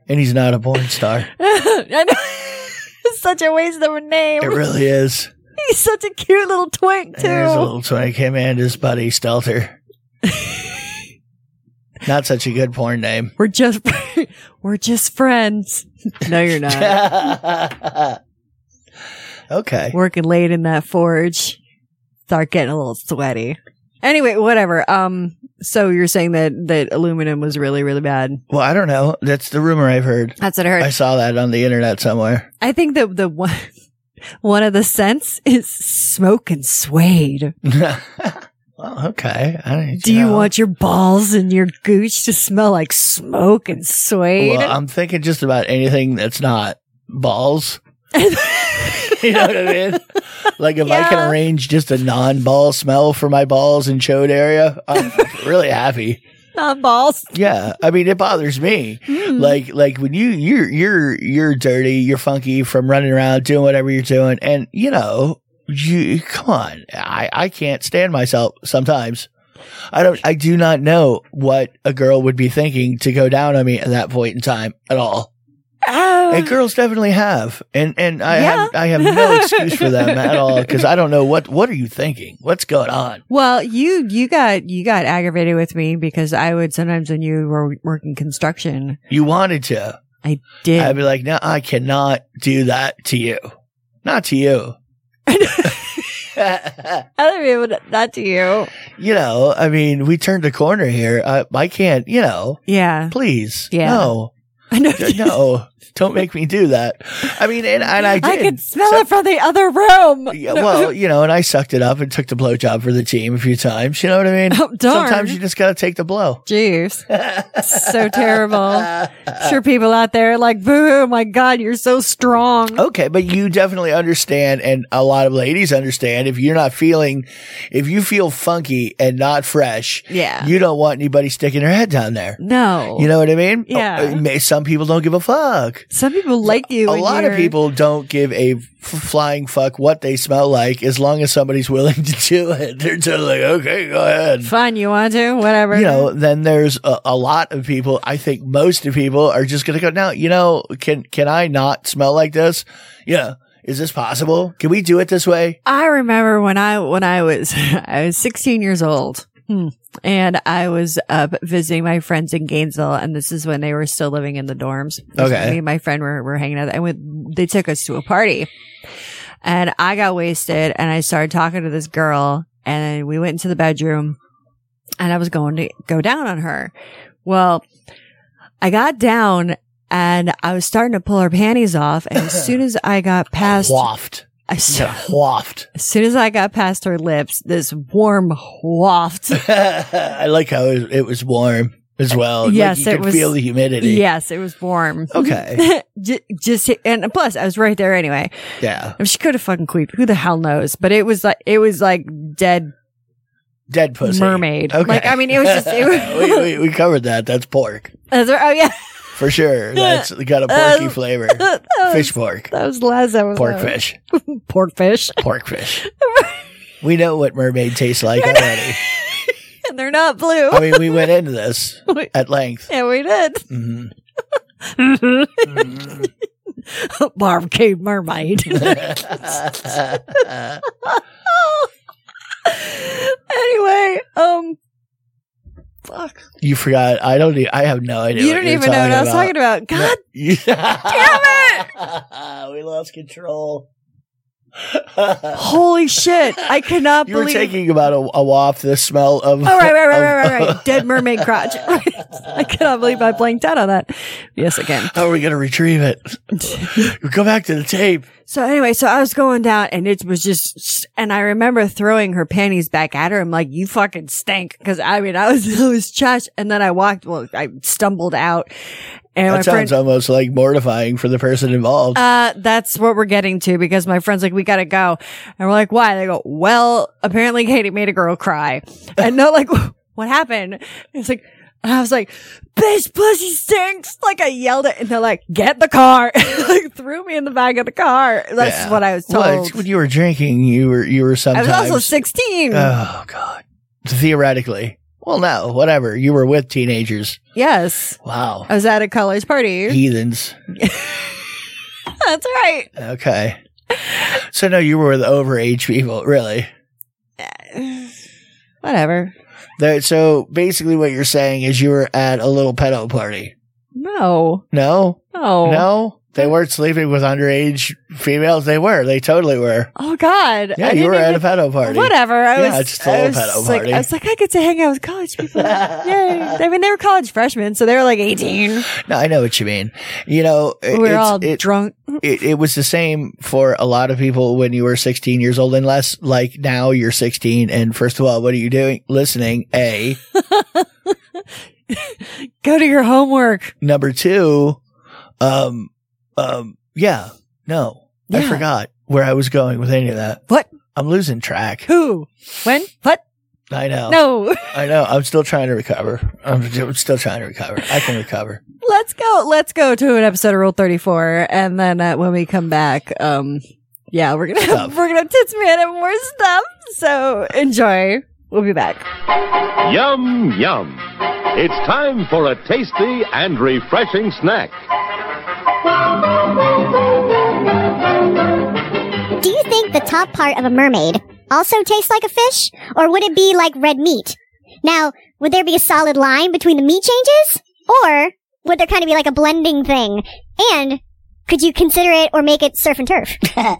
Speaker 1: and he's not a porn
Speaker 2: <laughs>
Speaker 1: star.
Speaker 2: I know. <laughs> It's such a waste of a name.
Speaker 1: It really is.
Speaker 2: <laughs> He's such a cute little twink too.
Speaker 1: There's a little twink. Him and his buddy
Speaker 2: <laughs>
Speaker 1: Stelter. not such a good porn name.
Speaker 2: we're just <laughs> we're just friends. <laughs> No, you're not.
Speaker 1: <laughs> okay.
Speaker 2: Working late in that forge. Start getting a little sweaty. Anyway, whatever. Um so you're saying that that aluminum was really, really bad.
Speaker 1: Well, I don't know. That's the rumor I've heard.
Speaker 2: That's what I heard.
Speaker 1: I saw that on the internet somewhere. <laughs>
Speaker 2: I think that the one <laughs> one of the scents is smoke and suede.
Speaker 1: well, okay. I didn't
Speaker 2: Do you
Speaker 1: know.
Speaker 2: want your balls and your gooch to smell like smoke and suede?
Speaker 1: Well, I'm thinking just about anything that's not balls. <laughs>
Speaker 2: <laughs>
Speaker 1: you know what I mean? Like if I
Speaker 2: Yeah.
Speaker 1: can arrange just a non-ball smell for my balls and chode area,
Speaker 2: <laughs>
Speaker 1: I'm really happy.
Speaker 2: Not balls. Mm.
Speaker 1: Yeah, I mean it bothers me.
Speaker 2: Mm-hmm.
Speaker 1: Like like when you you're you're you're dirty, you're funky from running around doing whatever you're doing, and you know you come on, I I can't stand myself sometimes. I don't. I do not know what a girl would be thinking to go down on me at that point in time at all.
Speaker 2: Oh. <sighs>
Speaker 1: And girls definitely have, and and I
Speaker 2: Yeah.
Speaker 1: have I have no excuse for them at all because I don't know what what are you thinking? What's going on?
Speaker 2: Well, you you got you got aggravated with me because I would sometimes when you were working construction,
Speaker 1: You wanted to?
Speaker 2: I did.
Speaker 1: I'd be like, no, I cannot do that to you, not to
Speaker 2: <laughs>
Speaker 1: you.
Speaker 2: I don't mean what- not to you.
Speaker 1: you know, I mean, we turned the corner here. I I can't, you know.
Speaker 2: Yeah,
Speaker 1: Please,
Speaker 2: Yeah.
Speaker 1: no.
Speaker 2: I know.
Speaker 1: no, don't make me do that. I mean, and, and I did.
Speaker 2: I could smell it from the other room.
Speaker 1: Yeah, well, you know, and I sucked it up and took the blowjob for the team a few times. You know what I mean?
Speaker 2: Oh, darn.
Speaker 1: Sometimes you just got to take the blow.
Speaker 2: Jeez.
Speaker 1: <laughs>
Speaker 2: so terrible. Sure, people out there are like, boo, my God, you're so strong.
Speaker 1: Okay, but you definitely understand, and a lot of ladies understand. If you're not feeling, if you feel funky and not fresh,
Speaker 2: Yeah.
Speaker 1: you don't want anybody sticking their head down there.
Speaker 2: No.
Speaker 1: You know what I mean?
Speaker 2: Yeah.
Speaker 1: Uh, may- Some people don't give a fuck.
Speaker 2: some people like you.
Speaker 1: A
Speaker 2: when
Speaker 1: lot of
Speaker 2: you're-
Speaker 1: people don't give a f- flying fuck what they smell like as long as somebody's willing <laughs> to do it. They're totally like, okay, go ahead.
Speaker 2: Fun, you want to? Whatever.
Speaker 1: You know, then there's a, a lot of people. I think most of people are just going to go, now, you know, can, can I not smell like this? Yeah. Is this possible? Can we do it this way?
Speaker 2: I remember when I when I was <laughs> I was 16 years old. Hmm. And I was up visiting my friends in Gainesville, and this is when they were still living in the dorms.
Speaker 1: Okay.
Speaker 2: me and my friend were, were hanging out. I went. They took us to a party, and I got wasted, and I started talking to this girl, and we went into the bedroom, and I was going to go down on her. Well, I got down, and I was starting to pull her panties off, and as soon as I got past,
Speaker 1: Waft.
Speaker 2: I
Speaker 1: You
Speaker 2: <laughs>
Speaker 1: got waft.
Speaker 2: as soon as I got past her lips, this warm waft.
Speaker 1: <laughs> I like how it, it was warm as well. Like,
Speaker 2: Yes,
Speaker 1: you
Speaker 2: it
Speaker 1: could
Speaker 2: was-
Speaker 1: feel the humidity.
Speaker 2: yes, it was warm.
Speaker 1: Okay.
Speaker 2: <laughs> J- Just and plus, I was right there anyway.
Speaker 1: Yeah.
Speaker 2: She could have fucking queeped. Who the hell knows? But it was like it was like dead
Speaker 1: Dead pussy.
Speaker 2: mermaid. Like I mean, it was
Speaker 1: <laughs>
Speaker 2: just. It
Speaker 1: we,
Speaker 2: was,
Speaker 1: we, we covered that. That's pork
Speaker 2: That's right. oh yeah, <laughs>
Speaker 1: for sure. That's got a porky
Speaker 2: Uh,
Speaker 1: flavor.
Speaker 2: that was,
Speaker 1: Fish pork.
Speaker 2: <laughs> That was the last. That was
Speaker 1: Pork fish.
Speaker 2: Pork fish. <laughs>
Speaker 1: Pork fish. We know what mermaid tastes like already.
Speaker 2: and they're not blue.
Speaker 1: I mean, we went into this at
Speaker 2: <laughs>
Speaker 1: length.
Speaker 2: yeah, we did.
Speaker 1: Mhm.
Speaker 2: Barbecue mermaid. <laughs> anyway, um, fuck.
Speaker 1: You forgot. I don't. e- I have no idea.
Speaker 2: you don't even know what I was talking about. God,
Speaker 1: <laughs> Damn it! we lost control.
Speaker 2: holy shit! I cannot
Speaker 1: You were
Speaker 2: believe.
Speaker 1: taking about a, a waft. The smell of.
Speaker 2: Oh right, right, right, right, right,
Speaker 1: <laughs>
Speaker 2: right. Dead mermaid crotch. <laughs> Right. I cannot believe I blanked out on that. Yes, again.
Speaker 1: How are we going to retrieve
Speaker 2: <laughs>
Speaker 1: it? Go back to the tape.
Speaker 2: So anyway, so I was going down and it was just, and I remember throwing her panties back at her. I'm like, you fucking stink. Cause I mean, I was, <laughs> I was trash. And then I walked, well, I stumbled out and my
Speaker 1: That sounds
Speaker 2: friend,
Speaker 1: almost like mortifying for the person involved.
Speaker 2: uh, that's what we're getting to because my friend's like, we gotta go. And we're like, why? They go, well, apparently Katie made a girl cry. And they're like, <laughs> what happened? And it's like, and I was like, bitch, pussy stinks. Like I yelled it and they're like, get in the car. <laughs> like threw me in the back of the car. That's
Speaker 1: Yeah.
Speaker 2: what I was told.
Speaker 1: Well, it's when you were drinking, you were you were
Speaker 2: I
Speaker 1: sometimes.
Speaker 2: was also 16.
Speaker 1: oh god. Theoretically, well, no, whatever. You were with teenagers.
Speaker 2: yes.
Speaker 1: Wow,
Speaker 2: I was at a college party. Oh,
Speaker 1: heathens.
Speaker 2: That's right. <sighs>
Speaker 1: Okay. So no, you were with overage people, really.
Speaker 2: Whatever.
Speaker 1: There, so basically, what you're saying is you were at a little pedo party.
Speaker 2: No.
Speaker 1: No,
Speaker 2: No.
Speaker 1: no, they weren't sleeping with underage females. They were. They totally were.
Speaker 2: Oh, God.
Speaker 1: Yeah,
Speaker 2: I
Speaker 1: you
Speaker 2: didn't
Speaker 1: were at a
Speaker 2: even-
Speaker 1: pedo party.
Speaker 2: Whatever. I
Speaker 1: Yeah,
Speaker 2: was,
Speaker 1: just a
Speaker 2: I
Speaker 1: little
Speaker 2: was
Speaker 1: pedo
Speaker 2: like,
Speaker 1: party.
Speaker 2: I was like, I get to hang out with college
Speaker 1: <laughs>
Speaker 2: people. Yay. I mean, they were college freshmen, so they were like 18.
Speaker 1: No, I know what you mean. You know,
Speaker 2: We
Speaker 1: it-
Speaker 2: were
Speaker 1: it's-
Speaker 2: all
Speaker 1: it-
Speaker 2: drunk.
Speaker 1: it, it was the same for a lot of people when you were 16 years old, unless like now you're 16. And first of all, what are you doing? Listening, A.
Speaker 2: Go to your homework.
Speaker 1: Number two, um, um, yeah, no, I
Speaker 2: Yeah.
Speaker 1: forgot where I was going with any of that.
Speaker 2: What?
Speaker 1: I'm losing track.
Speaker 2: Who? When? What?
Speaker 1: I know.
Speaker 2: No. <laughs>
Speaker 1: I know. I'm still trying to recover. I'm j- I'm still trying to recover. I can recover.
Speaker 2: let's go. Let's go to an episode of Rule 34. And then uh, when we come back, um, yeah, we're going to
Speaker 1: Stuff.
Speaker 2: have, <laughs> we're going to have Tits Man and more stuff. So enjoy. We'll be back.
Speaker 5: Yum, yum. It's time for a tasty and refreshing snack.
Speaker 6: Do you think the top part of a mermaid also tastes like a fish? Or would it be like red meat? Now, would there be a solid line between the meat changes? Or would there kind of be like a blending thing? And could you consider it or make it surf and
Speaker 7: <laughs>
Speaker 6: turf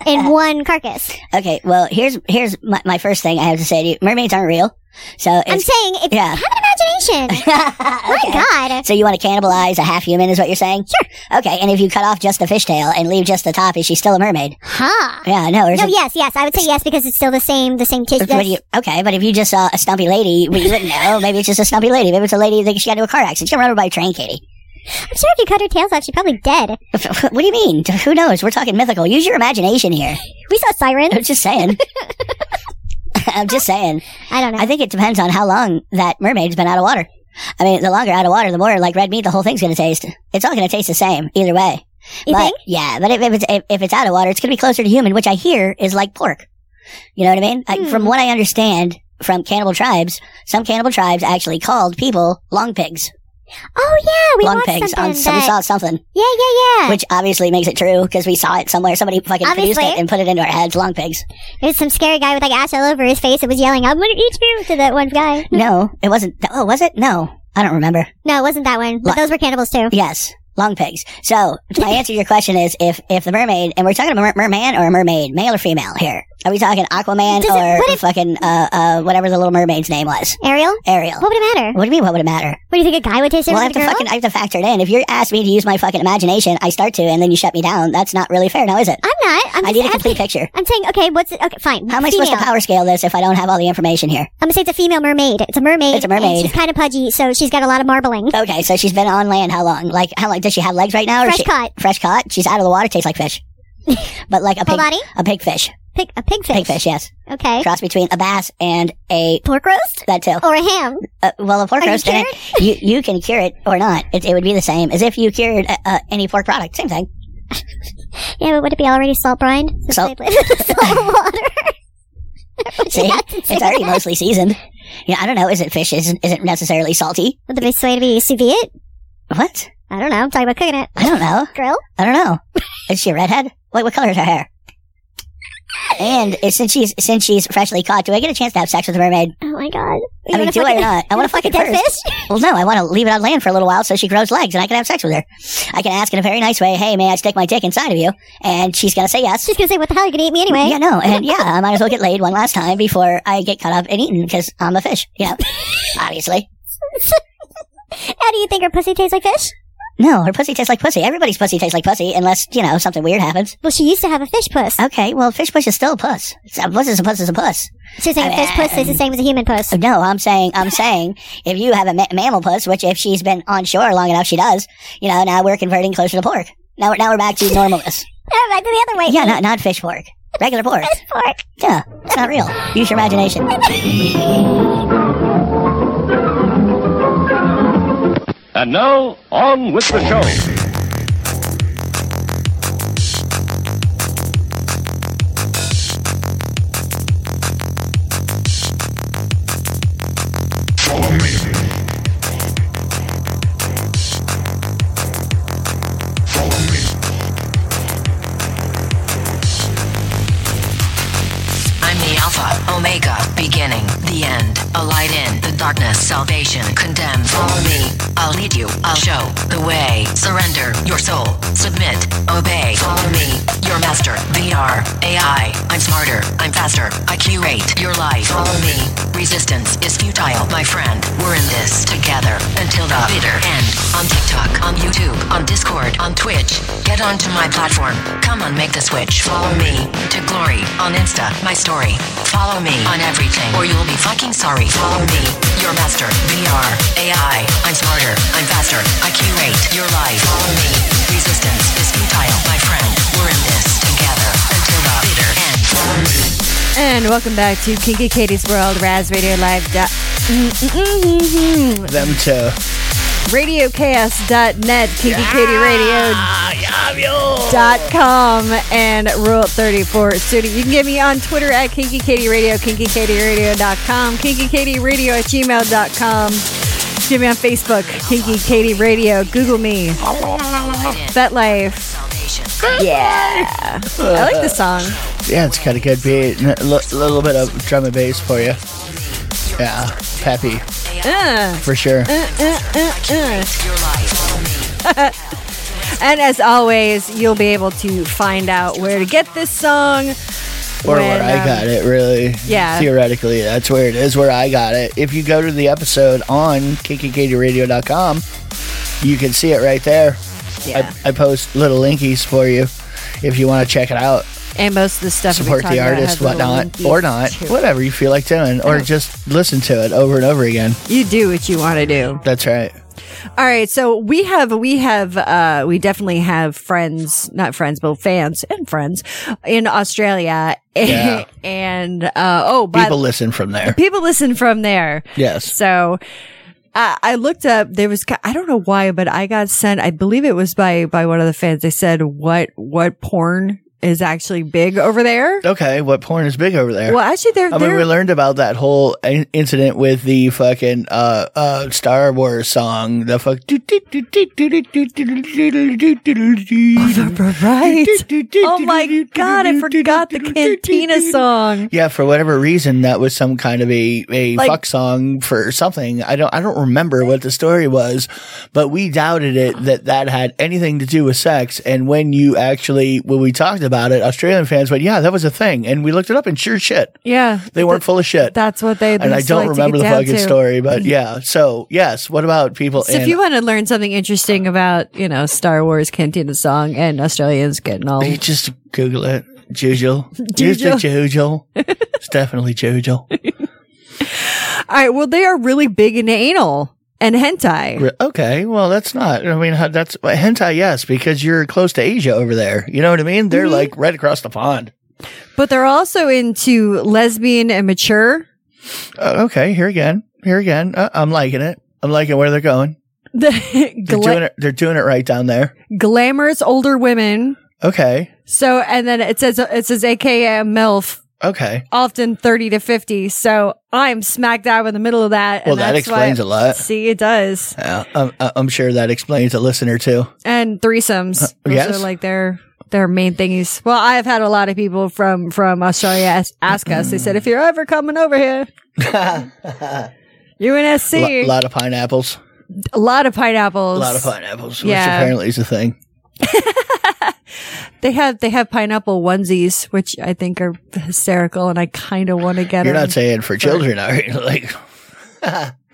Speaker 6: in one carcass?
Speaker 7: Okay, well, here's here's my, my first thing I have to say to you. Mermaids aren't real, so
Speaker 6: I'm
Speaker 7: it's,
Speaker 6: saying, if
Speaker 7: yeah. <laughs>
Speaker 6: have an imagination.
Speaker 7: Okay.
Speaker 6: My God.
Speaker 7: So you want to cannibalize a half human, is what you're saying? Sure. Okay, and if you cut off just the fishtail and leave just the top, is she still a mermaid?
Speaker 6: Huh.
Speaker 7: Yeah, no, there's
Speaker 6: No,
Speaker 7: a-
Speaker 6: yes, yes. I would say yes because it's still the same, the same tissue.
Speaker 7: What do you, okay, but if you just saw a stumpy lady, well, you wouldn't know. Maybe it's just a stumpy lady. Maybe it's a lady that she got into a car accident. She got run over by a train, Katie. <laughs>
Speaker 6: I'm sure if you cut her tails off, she's probably dead.
Speaker 7: What do you mean? Who knows? We're talking mythical. Use your imagination here.
Speaker 6: We saw sirens.
Speaker 7: I'm
Speaker 6: <laughs>
Speaker 7: just saying. I'm just saying.
Speaker 6: I don't know.
Speaker 7: I think it depends on how long that mermaid's been out of water. I mean, the longer out of water, the more like red meat the whole thing's going to taste. It's all going to taste the same either way.
Speaker 6: You
Speaker 7: but,
Speaker 6: think?
Speaker 7: Yeah, but if, if it's if, if it's out of water, it's going to be closer to human, which I hear is like pork. You know what I mean? Like,
Speaker 6: Hmm.
Speaker 7: from what I understand from cannibal tribes, some cannibal tribes actually called people long pigs,
Speaker 6: oh yeah, we
Speaker 7: long
Speaker 6: watched
Speaker 7: pigs.
Speaker 6: something
Speaker 7: On, so we
Speaker 6: that-
Speaker 7: saw something,
Speaker 6: Yeah, yeah, yeah.
Speaker 7: which obviously makes it true because we saw it somewhere. Somebody fucking
Speaker 6: Obviously.
Speaker 7: produced it and put it into our heads.
Speaker 6: <laughs>
Speaker 7: Long pigs.
Speaker 6: There's some scary guy with like ash all over his face that was yelling, "I'm gonna eat you!" to that one
Speaker 7: <laughs>
Speaker 6: guy.
Speaker 7: No, it wasn't. Oh, was it? No, I don't remember.
Speaker 6: No, it wasn't that one. But
Speaker 7: What?
Speaker 6: those were cannibals too.
Speaker 7: Yes, long pigs. So
Speaker 6: <laughs>
Speaker 7: my answer to your question is if if the mermaid and we're talking about mer- merman or a mermaid, male or female here. Are we talking Aquaman
Speaker 6: Does it-
Speaker 7: or
Speaker 6: what if-
Speaker 7: fucking uh, uh, whatever the little mermaid's name was,
Speaker 6: Ariel.
Speaker 7: Ariel?
Speaker 6: What would it matter?
Speaker 7: What do you mean? What would it matter?
Speaker 6: What do you think a guy would taste it?
Speaker 7: Well, I
Speaker 6: with
Speaker 7: have
Speaker 6: a
Speaker 7: to
Speaker 6: girl?
Speaker 7: fucking I have to factor it in. If you ask me to use my fucking imagination, I start to, and then you shut me down. That's not really fair, now is it?
Speaker 6: I'm not. I'm
Speaker 7: I
Speaker 6: just
Speaker 7: need a
Speaker 6: asking-
Speaker 7: complete picture.
Speaker 6: I'm saying, okay, what's it? Okay, fine.
Speaker 7: How am I supposed to
Speaker 6: Female.
Speaker 7: power scale this if I don't have all the information here?
Speaker 6: I'm gonna say it's a female mermaid. It's a mermaid.
Speaker 7: It's a mermaid.
Speaker 6: and she's kind of pudgy, so she's got a lot of marbling.
Speaker 7: Okay, so she's been on land how long? Like how long? Does she have legs right now? Or is
Speaker 6: Fresh
Speaker 7: Oh, she,
Speaker 6: caught.
Speaker 7: Fresh caught. She's out of the water. Tastes
Speaker 6: <laughs>
Speaker 7: like fish, but like a
Speaker 6: Full
Speaker 7: pig.
Speaker 6: body?
Speaker 7: A pig fish.
Speaker 6: Pig, a pigfish.
Speaker 7: Pig fish. Yes.
Speaker 6: Okay.
Speaker 7: cross between a bass and a
Speaker 6: Pork roast
Speaker 7: that too.
Speaker 6: or a ham?
Speaker 7: Uh, well, a pork
Speaker 6: Oh. Are you
Speaker 7: roast, and it- you you can cure it or not. It, it would be the same as if you cured uh, uh, any pork product. Same thing.
Speaker 6: Yeah, but would it be already salt brine? Since
Speaker 7: Salt.
Speaker 6: they'd live in <laughs> salt water.
Speaker 7: Oh.
Speaker 6: <laughs>
Speaker 7: <laughs> See, it's already mostly seasoned. You know, I don't know. Isn't fish isn't isn't necessarily salty?
Speaker 6: Would the best way to be sous vide it?
Speaker 7: What?
Speaker 6: I don't know. I'm talking about cooking it.
Speaker 7: I don't know.
Speaker 6: Grill.
Speaker 7: I don't know. Is she a redhead? What what color is her hair? And uh, since she's since she's freshly caught, do I get a chance to have sex with a mermaid?
Speaker 6: Oh my god.
Speaker 7: I mean,
Speaker 6: wanna
Speaker 7: do I
Speaker 6: fucking-
Speaker 7: or not? "Oh, I
Speaker 6: you
Speaker 7: want
Speaker 6: wanna
Speaker 7: to fuck it
Speaker 6: fucking dead
Speaker 7: first. Well, no, I want to leave it on land for a little while so she grows legs and I can have sex with her. I can ask in a very nice way, hey, may I stick my dick inside of you? And she's going to say yes.
Speaker 6: She's gonna say, "What the hell? You're gonna eat me anyway?"
Speaker 7: Yeah, no, and yeah, I might as well get laid one last time before I get cut up and eaten because I'm a fish, you know, obviously.
Speaker 6: How do you think her pussy tastes like fish?
Speaker 7: No, her pussy tastes like pussy. Everybody's pussy tastes like pussy unless, you know, something weird happens.
Speaker 6: Well, she used to have a fish puss.
Speaker 7: Okay, well, fish puss is still a puss. A puss is a puss is a puss. Oh,
Speaker 6: She's saying a fish puss is the same as a human puss.
Speaker 7: No, I'm saying, I'm saying, if you have a ma- mammal puss, which if she's been on shore long enough, she does, you know, now we're converting closer to pork. Now, we're- now we're back to normalness.
Speaker 6: Oh, back to the other way.
Speaker 7: Yeah, not, not fish pork. Regular pork.
Speaker 6: Pork.
Speaker 7: Yeah, it's not real. Use your imagination.
Speaker 5: And now, on with the show.
Speaker 8: I'm the Alpha, Omega, beginning, the end, a light in the darkness, salvation, condemned. Follow me. I'll lead you, I'll show the way. Surrender your soul, submit, obey. Follow me, your master, VR, AI. I'm smarter, I'm faster, I curate your life. Follow me. Resistance is futile, my friend. We're in this together until the bitter end. On TikTok, on YouTube, on Discord, on Twitch. Get onto my platform. Come on, make the switch. Follow me to glory on Insta, my story. Follow me on everything, or you'll be fucking sorry. Follow me, your master, VR, AI. I'm smarter, I'm faster, I curate your life. Follow me. Resistance is futile, my friend. We're in this together until the bitter end. Follow me.
Speaker 2: And welcome back to Kinky Katie's World, Raz Radio Live. Dot-
Speaker 1: Them too.
Speaker 2: RadioChaos.net, KinkyKatieRadio.com, and Rule 34 Studio. You can get me on Twitter at Kinky Katie Radio, KinkyKatieRadio.com, KinkyKatieRadio at gmail.com. Get me on Facebook, Kinky Katie Radio. Google me. BetLife.
Speaker 8: Salvation.
Speaker 2: Yeah. I like this song.
Speaker 1: Yeah, it's got a good beat. A little bit of drum and bass for you. Yeah, peppy
Speaker 2: Uh.
Speaker 1: for sure.
Speaker 8: Your life. Follow me.
Speaker 2: And as always, you'll be able to find out where to get this song,
Speaker 1: or
Speaker 2: When,
Speaker 1: where I
Speaker 2: um,
Speaker 1: got it, really.
Speaker 2: yeah.
Speaker 1: Theoretically, that's where it is, where I got it. If you go to the episode on kkkradio.com, you can see it right there.
Speaker 2: Yeah.
Speaker 1: I, I post little linkies for you if you want to check it out.
Speaker 2: and most of the stuff we
Speaker 1: Support
Speaker 2: talk
Speaker 1: the
Speaker 2: about
Speaker 1: artist,
Speaker 2: has little
Speaker 1: whatnot,
Speaker 2: linkies
Speaker 1: or not,
Speaker 2: to it.
Speaker 1: whatever you feel like doing, or just listen to it over and over again.
Speaker 2: You do what you want to do.
Speaker 1: That's right.
Speaker 2: All right, so we have we have uh we definitely have friends, not friends, but fans and friends in Australia. <laughs>
Speaker 1: Yeah.
Speaker 2: and uh oh, but
Speaker 1: People
Speaker 2: people,
Speaker 1: listen from there.
Speaker 2: listen from there.
Speaker 1: Yes.
Speaker 2: So uh, I looked up. There was ki- I don't know why, but I got sent. I believe it was by by one of the fans. They said what what porn is actually big over there.
Speaker 1: Okay, what porn is big over there?
Speaker 2: Well, actually, they're,
Speaker 1: I mean,
Speaker 2: they're
Speaker 1: we learned about that whole in- incident with the fucking uh, uh, Star Wars song. The fuck.
Speaker 2: <laughs>
Speaker 1: <laughs>
Speaker 2: right. Oh my god, I forgot the Cantina song.
Speaker 1: Yeah, for whatever reason, that was some kind of a, a
Speaker 2: Like-
Speaker 1: fuck song for something. I don't I don't remember what the story was, but we doubted it that that had anything to do with sex. And when you actually when we talked about it, Australian fans went, "Yeah, that was a thing," and we looked it up, and sure shit,
Speaker 2: Yeah,
Speaker 1: they weren't full of shit.
Speaker 2: That's what they.
Speaker 1: and I
Speaker 2: used to
Speaker 1: don't
Speaker 2: like to
Speaker 1: remember
Speaker 2: get
Speaker 1: the
Speaker 2: down
Speaker 1: fucking
Speaker 2: to. Mhm.
Speaker 1: story, but yeah. So yes, what about people?
Speaker 2: So if
Speaker 1: in-
Speaker 2: you want to learn something interesting about, you know, Star Wars Cantina song and Australians getting all
Speaker 1: You just Google it.
Speaker 2: <laughs>
Speaker 1: Jujul. Use the Jujul. It's definitely Jujul.
Speaker 2: All right, well they are really big into anal and hentai.
Speaker 1: Re- Okay, well, that's not. I mean, how- that's well, hentai, yes, because you're close to Asia over there. You know what I mean? They're
Speaker 2: Mm-hmm.
Speaker 1: like right across the pond.
Speaker 2: But they're also into lesbian and mature. <laughs>
Speaker 1: Uh, okay, here again, here again. Uh, I'm liking it. I'm liking where they're going.
Speaker 2: The
Speaker 1: They're
Speaker 2: gla-
Speaker 1: doing it. They're doing it right down there.
Speaker 2: glamorous older women.
Speaker 1: Okay,
Speaker 2: So and then it says it says aka a MILF,
Speaker 1: okay.
Speaker 2: often 30 to 50. So I'm smack dab in the middle of that.
Speaker 1: Well, that
Speaker 2: that's why-
Speaker 1: explains a lot.
Speaker 2: See, it does.
Speaker 1: Yeah, I'm, I'm sure that explains a listener
Speaker 2: <laughs>
Speaker 1: too. <laughs>
Speaker 2: and threesomes. Those
Speaker 1: Uh, yes.
Speaker 2: are like their their main thingies. Well, I've had a lot of people from from Australia as- ask us. They said, if you're ever coming over here,
Speaker 1: A
Speaker 2: UNSC,
Speaker 1: lot of pineapples.
Speaker 2: a lot of pineapples.
Speaker 1: A lot of pineapples,
Speaker 2: Yeah.
Speaker 1: which apparently is a thing.
Speaker 2: They have they have pineapple onesies, which I think are hysterical, and I kind of want to get.
Speaker 1: You're
Speaker 2: 'em.
Speaker 1: not saying for children, are you? <laughs> Like,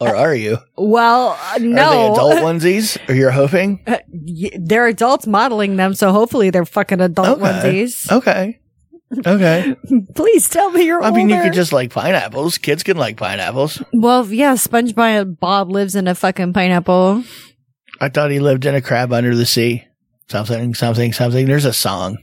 Speaker 1: or are you?
Speaker 2: well, uh,
Speaker 1: Are they
Speaker 2: no,
Speaker 1: adult onesies? Or you're hoping?
Speaker 2: <laughs> Y- they're adults modeling them, so hopefully they're fucking adult
Speaker 1: Okay.
Speaker 2: onesies.
Speaker 1: Okay. Okay.
Speaker 2: Please tell me you're.
Speaker 1: I mean, you
Speaker 2: older.
Speaker 1: could just like pineapples. Kids can like pineapples.
Speaker 2: Well, yeah, SpongeBob Bob lives in a fucking pineapple.
Speaker 1: I thought he lived in a crab under the sea. Something, something, something. There's a song.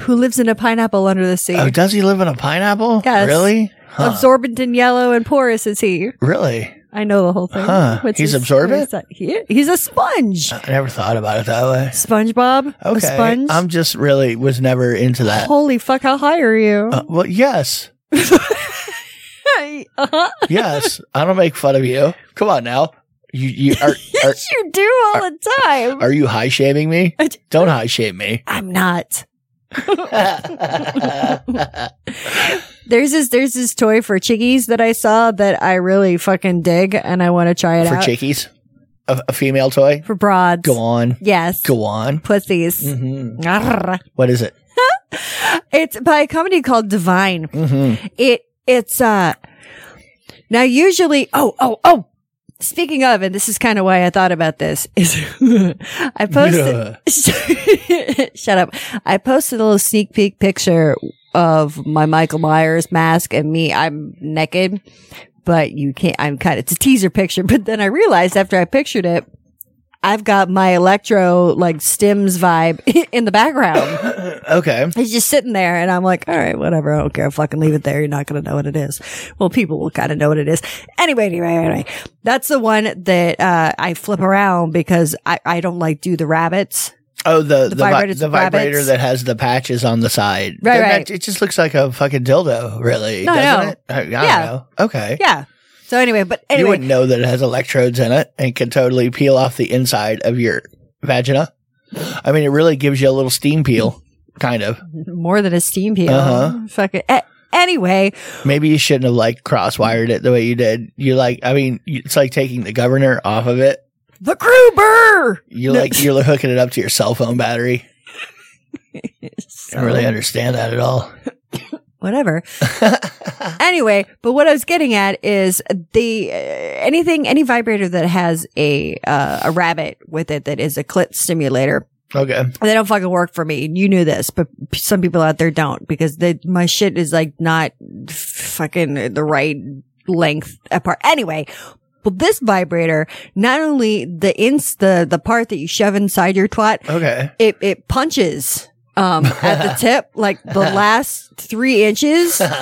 Speaker 2: who lives in a pineapple under the sea.
Speaker 1: Oh, does he live in a pineapple?
Speaker 2: Yes.
Speaker 1: Really? Huh.
Speaker 2: Absorbent and yellow and porous is he.
Speaker 1: really?
Speaker 2: I know the whole thing.
Speaker 1: Huh. He's
Speaker 2: his-
Speaker 1: absorbent?
Speaker 2: what's that? He, he's a sponge.
Speaker 1: I never thought about it that way.
Speaker 2: SpongeBob. A
Speaker 1: Okay.
Speaker 2: sponge.
Speaker 1: I'm just really was never into that.
Speaker 2: Holy fuck! How high are you?
Speaker 1: Uh, well, yes.
Speaker 2: Uh-huh. <laughs>
Speaker 1: Yes. I don't make fun of you. Come on now. You, you are,
Speaker 2: <laughs>
Speaker 1: are,
Speaker 2: you do all the time.
Speaker 1: are you high shaming me?
Speaker 2: I d-
Speaker 1: Don't high shame me.
Speaker 2: I'm
Speaker 1: <laughs>
Speaker 2: not. There's this there's this toy for chickies that I saw that I really fucking dig and I want to try it
Speaker 1: For
Speaker 2: out
Speaker 1: chickies? A, a female toy?
Speaker 2: for broads.
Speaker 1: Go on.
Speaker 2: Yes,
Speaker 1: Go on. Mm.
Speaker 2: pussies. Mm-hmm. Arr.
Speaker 1: What is it?
Speaker 2: It's by a company called Divine.
Speaker 1: Mm-hmm.
Speaker 2: it it's uh now usually oh oh oh speaking of and this is kind of why i thought about this <laughs> is i posted <laughs> shut up i posted a little sneak peek picture of my michael myers mask and me i'm naked but you can't i'm kind of it's a teaser picture but then i realized after i pictured it i've got my electro like stims vibe <laughs> in the background
Speaker 1: Okay.
Speaker 2: He's just sitting there, and I'm like, all right, whatever. I don't care. Fucking leave it there. You're not going to know what it is. Well, people will kind of know what it is. Anyway, anyway, anyway. That's the one that uh, I flip around because I, I don't like do the rabbits.
Speaker 1: Oh, the the, vi-
Speaker 2: vibrators
Speaker 1: the
Speaker 2: with rabbits.
Speaker 1: vibrator that has the patches on the side.
Speaker 2: Right,
Speaker 1: Doesn't
Speaker 2: right.
Speaker 1: that- it just looks like a fucking dildo, really.
Speaker 2: No,
Speaker 1: doesn't
Speaker 2: no.
Speaker 1: it? I, I
Speaker 2: Yeah.
Speaker 1: don't know. Okay.
Speaker 2: Yeah. So anyway, but
Speaker 1: You
Speaker 2: anyway,
Speaker 1: wouldn't know that it has electrodes in it and can totally peel off the inside of your vagina. I mean, it really gives you a little steam peel, kind of.
Speaker 2: more than a steam peel.
Speaker 1: Uh-huh.
Speaker 2: Fucking. a- anyway,
Speaker 1: Maybe you shouldn't have like crosswired it the way you did. You like, I mean, you- it's like taking the governor off of it.
Speaker 2: the Kruber.
Speaker 1: You like, you're hooking it up to your
Speaker 2: Oh.
Speaker 1: cell phone battery. I don't really understand that at all. <laughs>
Speaker 2: whatever. anyway, but what I was getting at is the uh, anything any vibrator that has a uh, a rabbit with it that is a clit stimulator.
Speaker 1: Okay.
Speaker 2: They don't fucking work for me. You knew this, but p- some people out there don't because they, my shit is like not f- fucking the right length apart. Anyway, well, this vibrator, not only the ins, the, the part that you shove inside your twat,
Speaker 1: Okay.
Speaker 2: it it punches um at the tip like the last three
Speaker 1: <laughs> <laughs>
Speaker 2: inches <laughs>
Speaker 1: okay.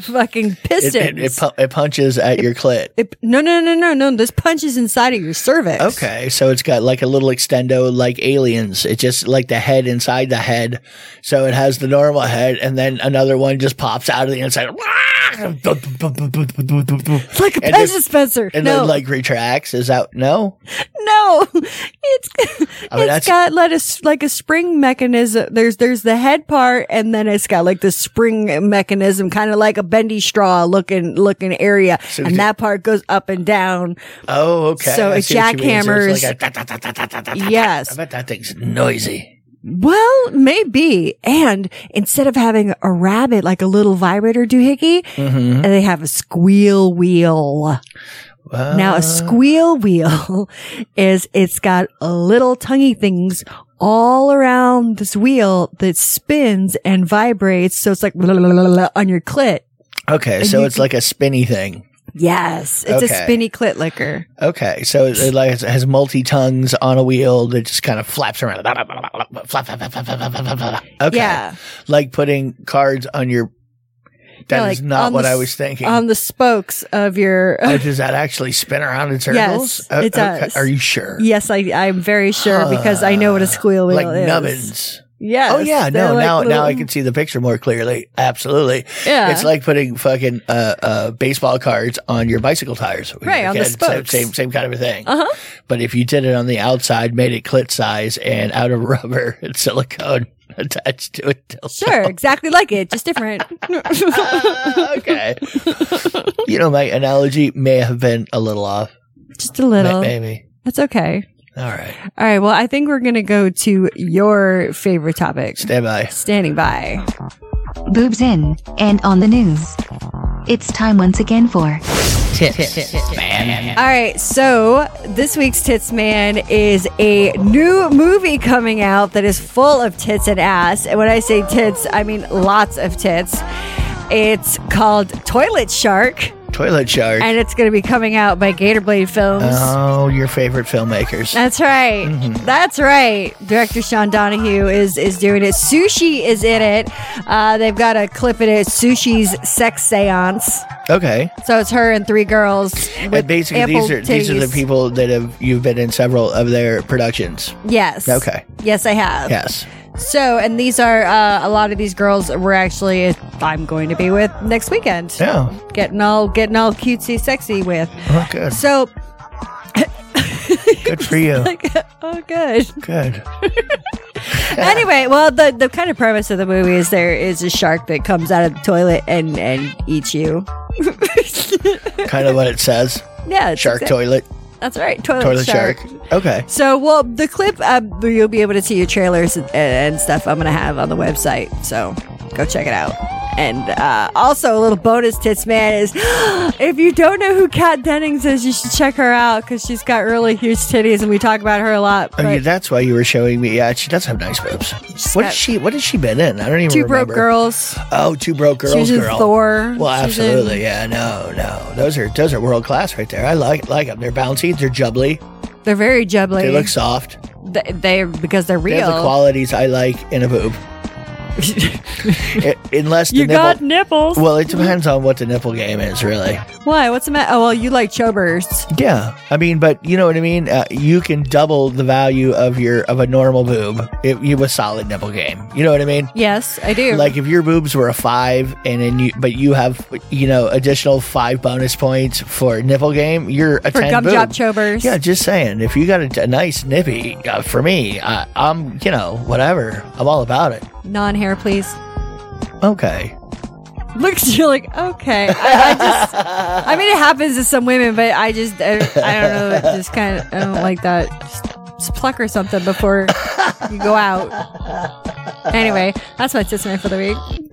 Speaker 2: fucking
Speaker 1: It,
Speaker 2: pistons
Speaker 1: it, it, pu- it punches at your clit.
Speaker 2: It- no no no no no this punches inside of your cervix
Speaker 1: Okay, so it's got like a little extendo, like aliens. It just like the head inside the head. So it has the normal head, and then another one just pops out of the inside.
Speaker 2: it's like a
Speaker 1: And
Speaker 2: pen
Speaker 1: then-
Speaker 2: dispenser
Speaker 1: And
Speaker 2: no
Speaker 1: then like retracts. Is out? No.
Speaker 2: no <laughs> it's
Speaker 1: I mean,
Speaker 2: <laughs> it's
Speaker 1: that's-
Speaker 2: got like a, s- like a spring mechanism there's there's the head part and then it's got like the spring mechanism kind of like a bendy straw looking looking area and
Speaker 1: do-
Speaker 2: that part goes up and down
Speaker 1: Oh, okay.
Speaker 2: So
Speaker 1: I
Speaker 2: it
Speaker 1: see what you mean. So it's
Speaker 2: jackhammers-
Speaker 1: like a da- da- da- da- da- da- da-
Speaker 2: Yes.
Speaker 1: I bet that thing's noisy.
Speaker 2: Well, maybe. And instead of having a rabbit like a little vibrator doohickey,
Speaker 1: Mm-hmm.
Speaker 2: and they have a squeal wheel.
Speaker 1: Wow.
Speaker 2: now a squeal wheel <laughs> is it's got a little tonguey things all around this wheel that spins and vibrates. So it's like blah, blah, blah, blah, on your clit.
Speaker 1: okay, so it's like a spinny thing.
Speaker 2: Yes. It's a
Speaker 1: Okay.
Speaker 2: spinny clit licker.
Speaker 1: Okay, so it, it like has- has multi tongues on a wheel that just kind of flaps around. Flap, flap, flap, flap, flap, flap, flap, flap. Okay,
Speaker 2: Yeah.
Speaker 1: like putting cards on your. That is
Speaker 2: Yeah, like
Speaker 1: not
Speaker 2: on
Speaker 1: what
Speaker 2: the
Speaker 1: I
Speaker 2: s-
Speaker 1: was thinking. <laughs>
Speaker 2: On the spokes of your.
Speaker 1: oh, does that actually spin around in circles?
Speaker 2: Yes, it does.
Speaker 1: Are you sure?
Speaker 2: <laughs> Yes, I, I'm very sure because I know what a squeal wheel
Speaker 1: Like
Speaker 2: is.
Speaker 1: nubbins.
Speaker 2: Yes.
Speaker 1: oh yeah,
Speaker 2: they're
Speaker 1: no.
Speaker 2: like
Speaker 1: now, now I
Speaker 2: little-
Speaker 1: can see the picture more clearly. Absolutely.
Speaker 2: Yeah.
Speaker 1: It's like putting fucking uh, uh, baseball cards on your bicycle tires. when
Speaker 2: Right,
Speaker 1: you're a
Speaker 2: on the
Speaker 1: kid.
Speaker 2: spokes.
Speaker 1: Same, same, same kind of a thing. Uh-huh. But if you did it on the outside, made it clit size and out of <laughs> rubber and silicone <laughs> attached to it.
Speaker 2: Sure, exactly like it, just different. <laughs>
Speaker 1: Ah, <laughs> okay. you know, my analogy may have been a little off.
Speaker 2: just a
Speaker 1: May-
Speaker 2: little.
Speaker 1: Maybe.
Speaker 2: That's okay.
Speaker 1: All right.
Speaker 2: All right. Well, I think we're going to go to your favorite topic.
Speaker 1: Stand by.
Speaker 2: Standing by.
Speaker 4: Boobs in and on the news. It's time once again for
Speaker 2: All right. So this week's Tits Man is a new movie coming out that is full of tits and ass. And when I say tits, I mean lots of tits. It's called Toilet Shark,
Speaker 1: Toilet Shark.
Speaker 2: and it's going to be coming out by Gatorblade Films.
Speaker 1: Oh, your favorite filmmakers.
Speaker 2: That's right.
Speaker 1: Mm-hmm.
Speaker 2: That's right. Director Sean Donahue is is doing it. Sushi is in it. Uh, they've got a clip in it. Sushi's sex seance.
Speaker 1: Okay.
Speaker 2: So it's her and three girls. With
Speaker 1: And basically,
Speaker 2: ample
Speaker 1: these are these are the
Speaker 2: titties.
Speaker 1: people that have you've been in several of their productions.
Speaker 2: Yes.
Speaker 1: Okay.
Speaker 2: Yes, I have.
Speaker 1: Yes.
Speaker 2: So, and these are uh, a lot of these girls we're actually I'm going to be with next weekend.
Speaker 1: Yeah.
Speaker 2: Getting all getting all cutesy sexy with.
Speaker 1: Oh, <laughs> good.
Speaker 2: So, <laughs>
Speaker 1: Good for you.
Speaker 2: like, oh, good.
Speaker 1: Good.
Speaker 2: anyway, well, the, the kind of premise of the movie is there is a shark that comes out of the toilet and, and eats you.
Speaker 1: Kind of what it says.
Speaker 2: Yeah, it's
Speaker 1: Shark
Speaker 2: exact-
Speaker 1: toilet.
Speaker 2: That's right, toilet,
Speaker 1: Toilet
Speaker 2: shark.
Speaker 1: shark. Okay.
Speaker 2: So, well, the clip uh, you'll be able to see your trailers and, and stuff. I'm gonna have on the website, so go check it out. And uh, also, a little bonus tits, man, is <gasps> if you don't know who Kat Dennings is, you should check her out because she's got really huge titties, and we talk about her a lot.
Speaker 1: Oh,
Speaker 2: but-
Speaker 1: yeah, that's why you were showing me. Yeah, she does have nice boobs. What
Speaker 2: got-
Speaker 1: has she? What has she been in? I don't even
Speaker 2: Two
Speaker 1: remember.
Speaker 2: broke girls.
Speaker 1: Oh, two broke girls.
Speaker 2: She was in
Speaker 1: girl.
Speaker 2: Thor.
Speaker 1: Well,
Speaker 2: She was in-
Speaker 1: absolutely. Yeah. No. No. Those are those are world class right there. I like like them. They're bouncy. They're jubbly.
Speaker 2: They're very jubbly.
Speaker 1: They look soft.
Speaker 2: They- they're because they're
Speaker 1: They
Speaker 2: real.
Speaker 1: have the qualities I like in a
Speaker 2: <laughs>
Speaker 1: boob. I- unless the
Speaker 2: you
Speaker 1: nipple.
Speaker 2: got nipples.
Speaker 1: well, it depends on what the nipple game is, really.
Speaker 2: Why? What's the matter? Oh, well, you like chobers.
Speaker 1: Yeah, I mean, but you know what I mean. Uh, you can double the value of your of a normal boob if you have a solid nipple game. You know what I mean?
Speaker 2: Yes, I <laughs> do.
Speaker 1: Like if your boobs were a five, and then you but you have you know additional five bonus points for nipple game, you're a
Speaker 2: for
Speaker 1: ten
Speaker 2: gumdrop
Speaker 1: boob.
Speaker 2: chobers.
Speaker 1: Yeah, just saying. If you got a, a nice nippy uh, for me, I, I'm you know whatever. I'm all about it.
Speaker 2: Non-hair, please.
Speaker 1: Okay.
Speaker 2: Looks, <laughs> you're like, okay. I, I just, I mean, it happens to some women, but I just, I, I don't know. It just kind of, I don't like that. Just, just pluck or something before you go out. Anyway, that's my tits man for the week.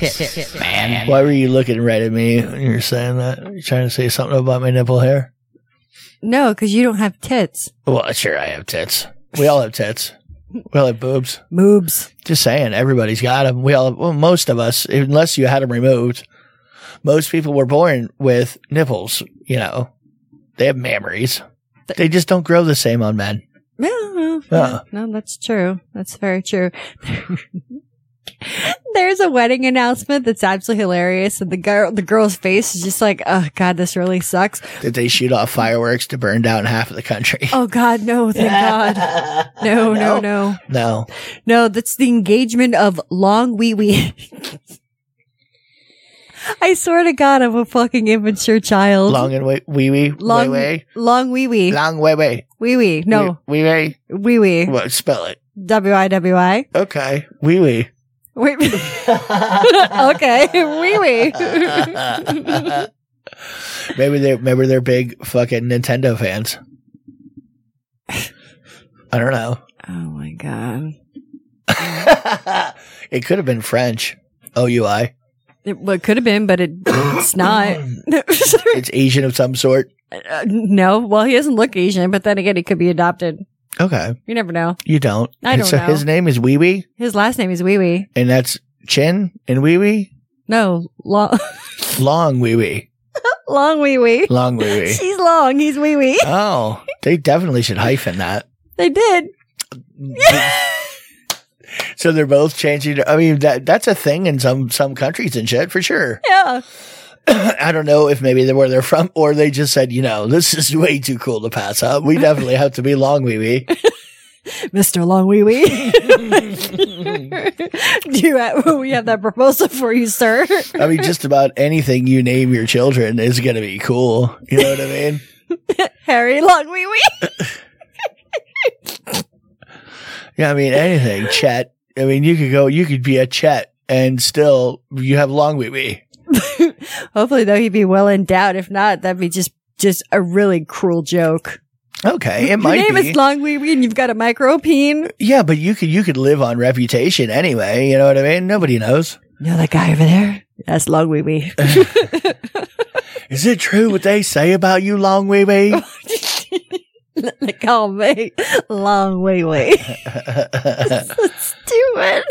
Speaker 1: Why were you looking right at me when you were saying that? Were you trying to say something about my nipple hair?
Speaker 2: No, because you don't have tits.
Speaker 1: Well, sure, I have tits. We all have tits. We all have boobs.
Speaker 2: Moobs.
Speaker 1: Just saying, everybody's got them. We all, well, most of us, unless you had them removed, most people were born with nipples. You know, they have mammaries. They just don't grow the same on men.
Speaker 2: Yeah, well,
Speaker 1: Yeah.
Speaker 2: No, that's true. That's very true. <laughs> There's a wedding announcement that's absolutely hilarious, and the girl, the girl's face is just like, "Oh God, this really sucks."
Speaker 1: That they shoot off fireworks to burn down half of the country.
Speaker 2: Oh God, no, thank God, no, no, no,
Speaker 1: <laughs> No,
Speaker 2: no. That's the engagement of Long Wee Wee. <laughs> I swear to God, I'm a fucking immature child.
Speaker 1: long and wee wee wee
Speaker 2: long,
Speaker 1: wee
Speaker 2: long Wee
Speaker 1: wee.
Speaker 2: Wee,
Speaker 1: long wee wee
Speaker 2: Wee Wee. No,
Speaker 1: wee wee.
Speaker 2: Wee Wee.
Speaker 1: What spell it?
Speaker 2: W I W I.
Speaker 1: Okay, wee wee.
Speaker 2: Wait. <laughs> okay, Wee Wee.
Speaker 1: Maybe they maybe they're big fucking Nintendo
Speaker 2: <laughs>
Speaker 1: fans. I don't know.
Speaker 2: <laughs> Oh my god!
Speaker 1: It could have been French. OUI.
Speaker 2: It, well, it could have been, but it, it's not. <laughs>
Speaker 1: It's Asian of some sort.
Speaker 2: Uh, no, well, he doesn't look Asian, but then again, he could be adopted.
Speaker 1: Okay.
Speaker 2: You never know.
Speaker 1: You don't.
Speaker 2: I
Speaker 1: And
Speaker 2: don't
Speaker 1: so
Speaker 2: know.
Speaker 1: his name is Wee Wee,
Speaker 2: His last name is Wee Wee.
Speaker 1: and that's Chin and Wee Wee.
Speaker 2: No, long,
Speaker 1: Long Wee Wee.
Speaker 2: <laughs> long Wee Wee.
Speaker 1: Long Wee
Speaker 2: <laughs>
Speaker 1: Wee.
Speaker 2: She's long. He's Wee Wee.
Speaker 1: Oh, they definitely should hyphen that.
Speaker 2: They did.
Speaker 1: So they're both changing. I mean, that that's a thing in some some countries and shit for sure.
Speaker 2: Yeah.
Speaker 1: I don't know if maybe they're where they're from, or they just said, you know, this is way too cool to pass up. We definitely have to be long wee wee.
Speaker 2: Mr. Long Wee Wee. <laughs> Do you have, we have that proposal for you, sir?
Speaker 1: I mean, just about anything you name your children is going to be cool. You know what I mean?
Speaker 2: Harry Long Wee Wee.
Speaker 1: Yeah, I mean
Speaker 2: <laughs>
Speaker 1: anything. Chet. I mean, you could go. You could be a Chet, and still you have long wee wee.
Speaker 2: Hopefully, though, he'd be well endowed. If not, that'd be just just a really cruel joke.
Speaker 1: Okay, it
Speaker 2: Your
Speaker 1: might
Speaker 2: name
Speaker 1: be.
Speaker 2: is Long Wee Wee, and you've got a micropene.
Speaker 1: yeah, but you could you could live on reputation anyway. You know what I mean? Nobody knows.
Speaker 2: You know that guy over there? That's Long
Speaker 1: <laughs>
Speaker 2: Wee Wee.
Speaker 1: Is it true what they say about you, long wee wee?
Speaker 2: <laughs> they call me Long Wee
Speaker 1: <laughs>
Speaker 2: Wee. Stupid.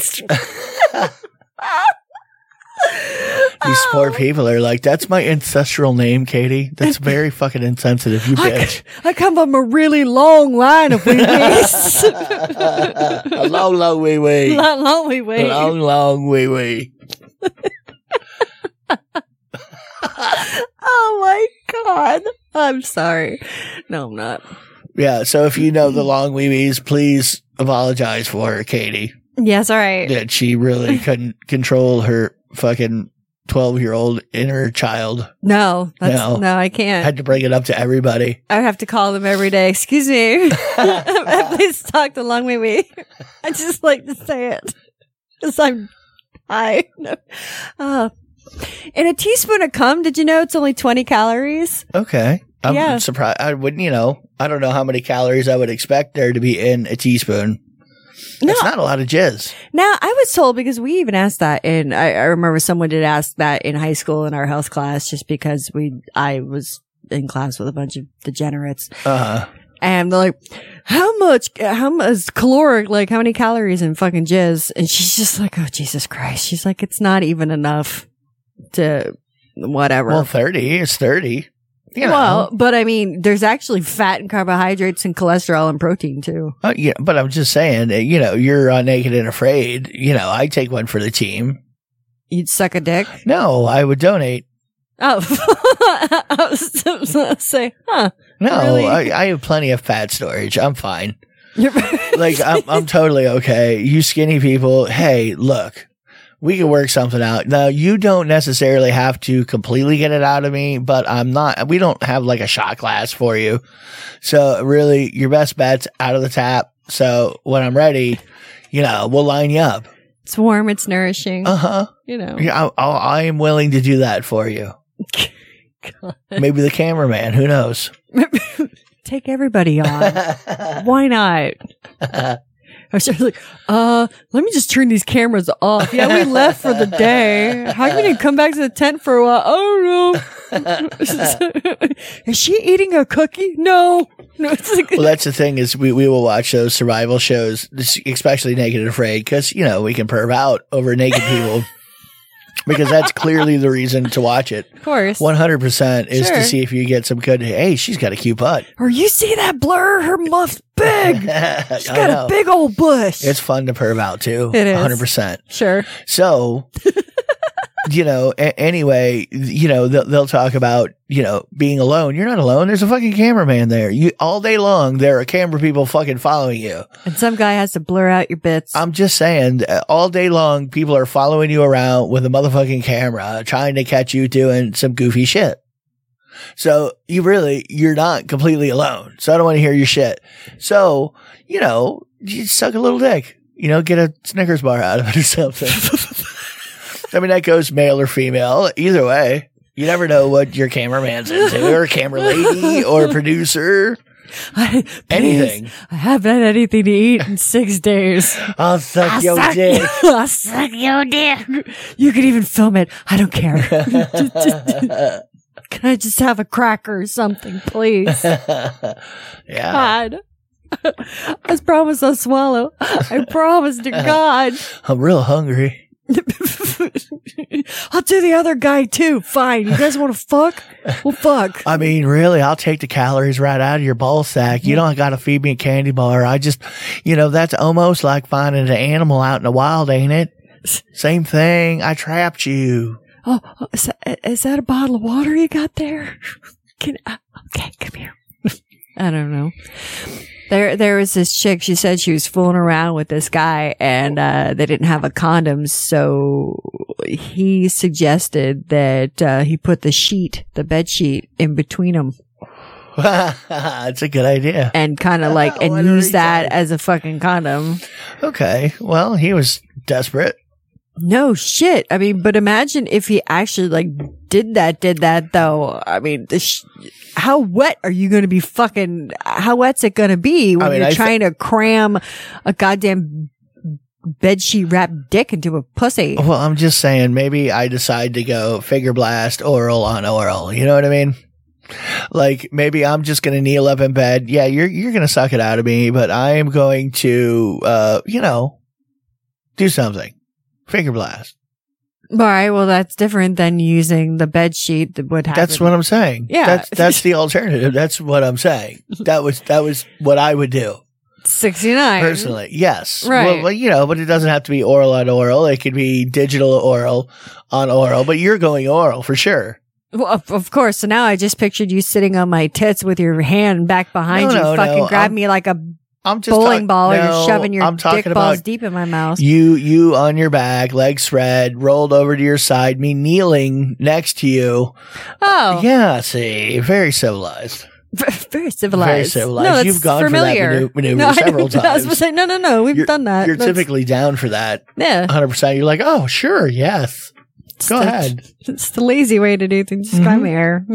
Speaker 1: These poor
Speaker 2: <laughs>
Speaker 1: people are like, that's my ancestral name, Katie. That's very fucking insensitive,
Speaker 2: <laughs>
Speaker 1: you bitch.
Speaker 2: I come from a really long line of
Speaker 1: <laughs>
Speaker 2: Wee Wees. <laughs>
Speaker 1: A long, long wee wee.
Speaker 2: Not Long Wee Wee.
Speaker 1: Long, long wee wee.
Speaker 2: <laughs> Oh my God. I'm sorry. No, I'm not.
Speaker 1: Yeah, so if you know
Speaker 2: <laughs>
Speaker 1: the long wee wees, please apologize for her, Katie.
Speaker 2: Yes, all right.
Speaker 1: That she
Speaker 2: <laughs>
Speaker 1: really couldn't control her fucking 12 year old inner child.
Speaker 2: No, that's,
Speaker 1: No.
Speaker 2: no. I can't.
Speaker 1: Had to bring it up to everybody.
Speaker 2: I have to call them every day. Excuse me. <laughs> Please talk to Long Wee Wee. I just like to say it. Because I'm high. <laughs> Uh, and a teaspoon of cum, did you know it's only 20 calories?
Speaker 1: Okay. I'm
Speaker 2: Yeah.
Speaker 1: surprised. I wouldn't, you know, I don't know how many calories I would expect there to be in a teaspoon. It's not a lot of jizz.
Speaker 2: Now, I was told because we even asked that in, I, I remember someone did ask that in high school in our health class just because we, I was in class with a bunch of degenerates.
Speaker 1: Uh huh.
Speaker 2: And they're like, how much, how much caloric, like how many calories in fucking jizz? And she's just like, oh, Jesus Christ. She's like, it's not even enough to whatever.
Speaker 1: Well,
Speaker 2: Well,
Speaker 1: 30 is 30. You know.
Speaker 2: but I mean, there's actually fat and carbohydrates and cholesterol and protein too.
Speaker 1: Uh, yeah, but I'm just saying, uh, you know, you're on Naked and Afraid. You know, I take one for the team.
Speaker 2: You'd suck
Speaker 1: <sighs>
Speaker 2: a dick.
Speaker 1: No, I would donate.
Speaker 2: Oh, <laughs> I was just gonna say, huh?
Speaker 1: No,
Speaker 2: Really?
Speaker 1: I, I have plenty of fat storage. I'm fine.
Speaker 2: You're-
Speaker 1: Like, I'm, I'm totally okay. You skinny people, hey, look, we can work something out. Now, you don't necessarily have to completely get it out of me, but I'm not, we don't have like a shot glass for you. So, really, your best bet's out of the tap. So, when I'm ready, you know, we'll line you up.
Speaker 2: <laughs> it's warm. It's nourishing.
Speaker 1: Uh huh.
Speaker 2: you know.
Speaker 1: Yeah, I, I, I am willing to do that for you. Maybe the cameraman. Who knows? <laughs>
Speaker 2: Take everybody on. Why not? <laughs> I was just like, uh, let me just turn these cameras off. Yeah, we left for the day. How come we didn't come back to the tent for a while? Oh no. <laughs> Is she eating a cookie? No. No, it's like,
Speaker 1: Well, that's the thing is we, we will watch those survival shows, especially Naked and Afraid, because you know we can perv out over naked
Speaker 2: <laughs>
Speaker 1: people, because that's clearly the reason to watch it.
Speaker 2: of course.
Speaker 1: One hundred percent is
Speaker 2: Sure.
Speaker 1: to see if you get some good. Hey, she's got a cute butt. <laughs>
Speaker 2: Or you see that blur? Her muff's big.
Speaker 1: I
Speaker 2: She's got
Speaker 1: know.
Speaker 2: a big old bush.
Speaker 1: It's fun to perv out too.
Speaker 2: It is.
Speaker 1: one hundred percent.
Speaker 2: sure. <laughs>
Speaker 1: So, you know, a- anyway, you know, they'll, they'll talk about, you know, being alone. You're not alone. There's a fucking cameraman there. You all day long, there are camera people fucking following you.
Speaker 2: And some guy has to blur out your bits.
Speaker 1: I'm just saying, uh, all day long, people are following you around with a motherfucking camera trying to catch you doing some goofy shit. So you really, you're not completely alone. So I don't want to hear your shit. So, you know, you suck a little dick, you know, get a Snickers bar out of it or
Speaker 2: <laughs>
Speaker 1: something. I mean, that goes male or female, either way. You never know what your cameraman's into or camera lady
Speaker 2: <laughs>
Speaker 1: or producer.
Speaker 2: I,
Speaker 1: Anything.
Speaker 2: <laughs> please, I haven't had anything to eat in six days.
Speaker 1: I'll suck
Speaker 2: I'll
Speaker 1: your
Speaker 2: suck
Speaker 1: dick.
Speaker 2: you- <laughs> I'll suck your dick. You could even film it. I don't care. Just- just- can I just have a cracker or something,
Speaker 1: <laughs>
Speaker 2: please?
Speaker 1: yeah.
Speaker 2: God. <laughs> I promise I'll swallow. I promise to God. <laughs>
Speaker 1: I'm real hungry.
Speaker 2: I'll do the other guy too. Fine. You guys want to fuck? Well, fuck.
Speaker 1: I mean, really, I'll take the calories right out of your ball sack. You don't got to feed me a candy bar. I just, you know, that's almost like finding an animal out in the wild, ain't it? Same thing. I trapped you. <laughs>
Speaker 2: Oh, is that, is that a bottle of water you got there? <laughs> Can uh, okay, come here. <laughs> I don't know. There, there was this chick. She said she was fooling around with this guy, and uh, they didn't have a condom, so he suggested that uh, he put the sheet, the bed sheet, in between them,
Speaker 1: That's a good idea.
Speaker 2: and kind of like
Speaker 1: What
Speaker 2: and
Speaker 1: a
Speaker 2: use
Speaker 1: retard.
Speaker 2: that as a fucking condom.
Speaker 1: Okay. Well, he was desperate.
Speaker 2: No shit. I mean, but imagine if he actually like did that, did that though. I mean, the sh- how wet are you going to be fucking, how wet's it going to be when
Speaker 1: I mean,
Speaker 2: you're
Speaker 1: I thi-
Speaker 2: trying to cram a goddamn bedsheet wrapped dick into a pussy?
Speaker 1: Well, I'm just saying, maybe I decide to go figure blast oral on oral. You know what I mean? Like maybe I'm just gonna kneel up in bed. Yeah, you're you're gonna suck it out of me, but I am going to, uh, you know, do something. Finger blast.
Speaker 2: All right. Well, that's different than using the bedsheet that would happen.
Speaker 1: That's what I'm saying.
Speaker 2: Yeah. <laughs>
Speaker 1: that's that's the alternative. That's what I'm saying. That was that was what I would do
Speaker 2: 69.
Speaker 1: personally. Yes,
Speaker 2: Right.
Speaker 1: Well, well, you know, but it doesn't have to be oral on oral. It could be digital oral on oral. But you're going oral for sure.
Speaker 2: Well, of, of course. So now I just pictured you sitting on my tits with your hand back behind
Speaker 1: No,
Speaker 2: you,
Speaker 1: no,
Speaker 2: fucking
Speaker 1: no,
Speaker 2: grab
Speaker 1: I'm-
Speaker 2: me like a
Speaker 1: I'm just talk-
Speaker 2: bowling ball or
Speaker 1: No,
Speaker 2: you're shoving your
Speaker 1: I'm talking
Speaker 2: dick balls
Speaker 1: about
Speaker 2: deep in my mouth.
Speaker 1: You you on your back, legs spread, rolled over to your side, me kneeling next to you.
Speaker 2: oh,
Speaker 1: Yeah, see, very civilized.
Speaker 2: <laughs> very civilized.
Speaker 1: Very civilized.
Speaker 2: No, that's
Speaker 1: You've gone for that
Speaker 2: familiar.
Speaker 1: manu- maneuver
Speaker 2: no, I-
Speaker 1: several
Speaker 2: <laughs> I was
Speaker 1: times.
Speaker 2: gonna say, no, no, no. We've
Speaker 1: You're-
Speaker 2: done that.
Speaker 1: You're
Speaker 2: That's-
Speaker 1: typically down for that,
Speaker 2: yeah.
Speaker 1: 100. percent You're like, oh, sure, yes.
Speaker 2: It's
Speaker 1: Go
Speaker 2: the-
Speaker 1: ahead. Mm-hmm. Ah.
Speaker 2: It's the lazy way to do things. Just come here. <laughs>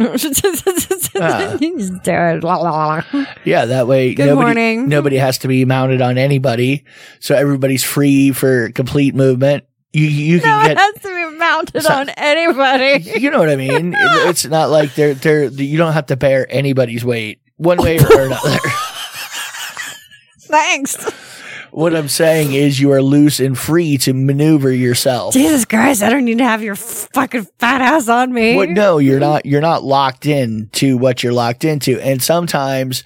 Speaker 2: You just do it. La, la, la, la.
Speaker 1: Yeah, that way
Speaker 2: Good
Speaker 1: nobody
Speaker 2: morning.
Speaker 1: nobody has to be mounted on anybody, so everybody's free for complete movement. You you
Speaker 2: No,
Speaker 1: can
Speaker 2: it
Speaker 1: get
Speaker 2: has to be mounted
Speaker 1: So-
Speaker 2: on anybody.
Speaker 1: <laughs> you know what I
Speaker 2: <laughs>
Speaker 1: mean. It- it's not like they're they're you don't have to bear anybody's weight one way
Speaker 2: <laughs>
Speaker 1: or another.
Speaker 2: Thanks.
Speaker 1: What I'm saying is you are loose and free to maneuver yourself.
Speaker 2: Jesus Christ, I don't need to have your fucking fat ass on me.
Speaker 1: What, no, you're not you're not locked in to what you're locked into. And sometimes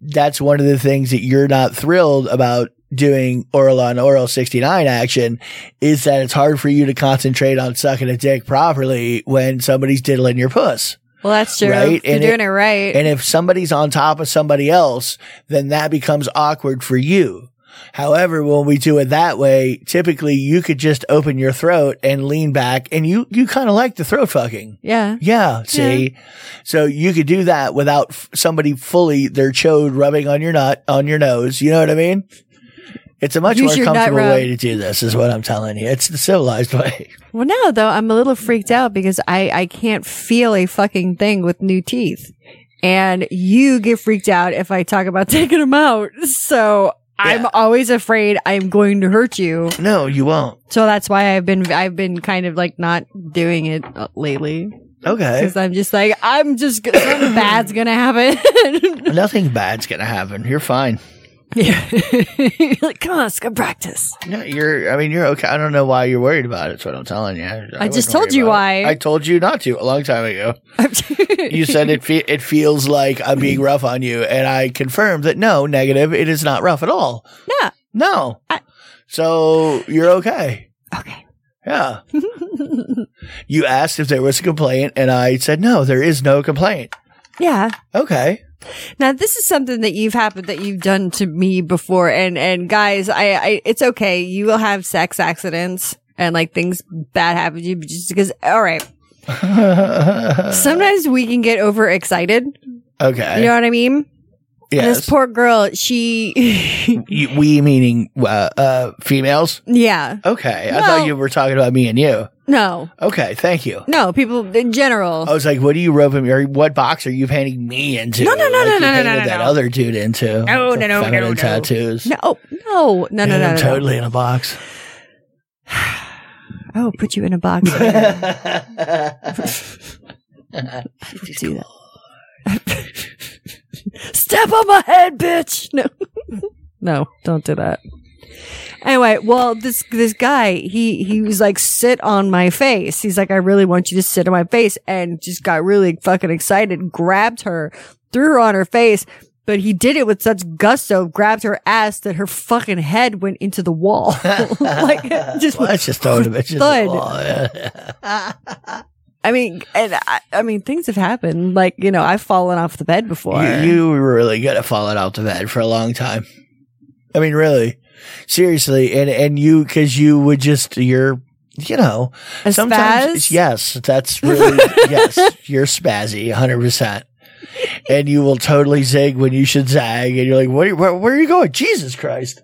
Speaker 1: that's one of the things that you're not thrilled about doing oral on oral 69 action is that it's hard for you to concentrate on sucking a dick properly when somebody's diddling your puss.
Speaker 2: Well, that's true.
Speaker 1: Right,
Speaker 2: You're
Speaker 1: and
Speaker 2: doing
Speaker 1: it-
Speaker 2: it right.
Speaker 1: And if somebody's on top of somebody else, then that becomes awkward for you. However, when we do it that way, typically you could just open your throat and lean back and you, you kind of like the throat fucking.
Speaker 2: yeah.
Speaker 1: Yeah. See, so you could do that without f- somebody fully their chode rubbing on your nut, on your nose. You know what I mean? It's a much
Speaker 2: Use
Speaker 1: more
Speaker 2: your nut
Speaker 1: comfortable
Speaker 2: rub.
Speaker 1: way to do this is what I'm telling you. It's the civilized <laughs> way.
Speaker 2: Well, now though, I'm a little freaked out because I, I can't feel a fucking thing with new <laughs> teeth. And you get freaked out if I talk about taking them out. So I'm
Speaker 1: Yeah.
Speaker 2: always afraid I'm going to hurt you.
Speaker 1: No, you won't.
Speaker 2: So that's why I've been I've been kind of like not doing it uh, lately
Speaker 1: Okay. <laughs>
Speaker 2: because I'm just like I'm just g- something bad's gonna happen. <laughs>
Speaker 1: Nothing bad's gonna happen. You're fine.
Speaker 2: yeah, <laughs> like come on, let's go practice. <laughs>
Speaker 1: No, you're. I mean, you're okay. I don't know why you're worried about it. That's what I'm telling you.
Speaker 2: I just
Speaker 1: wouldn't
Speaker 2: told
Speaker 1: worry
Speaker 2: you
Speaker 1: about
Speaker 2: why.
Speaker 1: it. I told you not to a long time ago. You
Speaker 2: you
Speaker 1: said it. Fe- it feels like I'm being rough on you, and I confirmed that no, negative. It is not rough at all.
Speaker 2: No.
Speaker 1: No.
Speaker 2: I-
Speaker 1: so you're okay.
Speaker 2: okay. <laughs>
Speaker 1: Yeah. you asked if there was a complaint, and I said no. There is no complaint.
Speaker 2: Yeah.
Speaker 1: Okay. <laughs>
Speaker 2: Now this is something that you've happened that you've done to me before, and and guys, I, I it's okay. You will have sex accidents and like things bad happen to you but just because. All right,
Speaker 1: Uh,
Speaker 2: sometimes we can get overexcited.
Speaker 1: okay.
Speaker 2: You know what I mean?
Speaker 1: yes.
Speaker 2: This poor girl, she, <laughs>
Speaker 1: You- we meaning uh, uh, females.
Speaker 2: yeah,
Speaker 1: Okay. I
Speaker 2: No.
Speaker 1: thought you were talking about me and you.
Speaker 2: no,
Speaker 1: Okay. Thank you.
Speaker 2: no, people in general.
Speaker 1: I was like, what are you roping me or what box are you painting me into?
Speaker 2: No, no, no,
Speaker 1: like
Speaker 2: no,
Speaker 1: you
Speaker 2: no, no,
Speaker 1: painted
Speaker 2: no, no,
Speaker 1: that
Speaker 2: no.
Speaker 1: other dude into.
Speaker 2: No,
Speaker 1: With the
Speaker 2: no, no, no,
Speaker 1: feminine
Speaker 2: no.
Speaker 1: tattoos.
Speaker 2: No, no, no, no,
Speaker 1: And
Speaker 2: no,
Speaker 1: I'm
Speaker 2: no. no.
Speaker 1: totally in a box.
Speaker 2: Oh, put you in a box. do that. <laughs> Step on my head, bitch. No, <laughs> no, don't do that. Anyway, well, this this guy, he he was like, sit on my face. He's like, I really want you to sit on my face, and just got really fucking excited, grabbed her, threw her on her face. But he did it with such gusto, grabbed her ass that her fucking head went into the wall. <laughs> like, just
Speaker 1: well, that's just throwing a bitch in the
Speaker 2: thud.
Speaker 1: wall, yeah.
Speaker 2: I mean, and I, I mean, things have happened. Like you know, I've fallen off the bed before.
Speaker 1: You, you were really good at falling out the bed for a long time. I mean, really, seriously, and and you because you would just you're you know
Speaker 2: As
Speaker 1: sometimes
Speaker 2: spaz?
Speaker 1: yes that's
Speaker 2: <laughs>
Speaker 1: really yes you're spazzy 100 percent and you will totally zig when you should zag and you're like what are you- where, where are you going Jesus Christ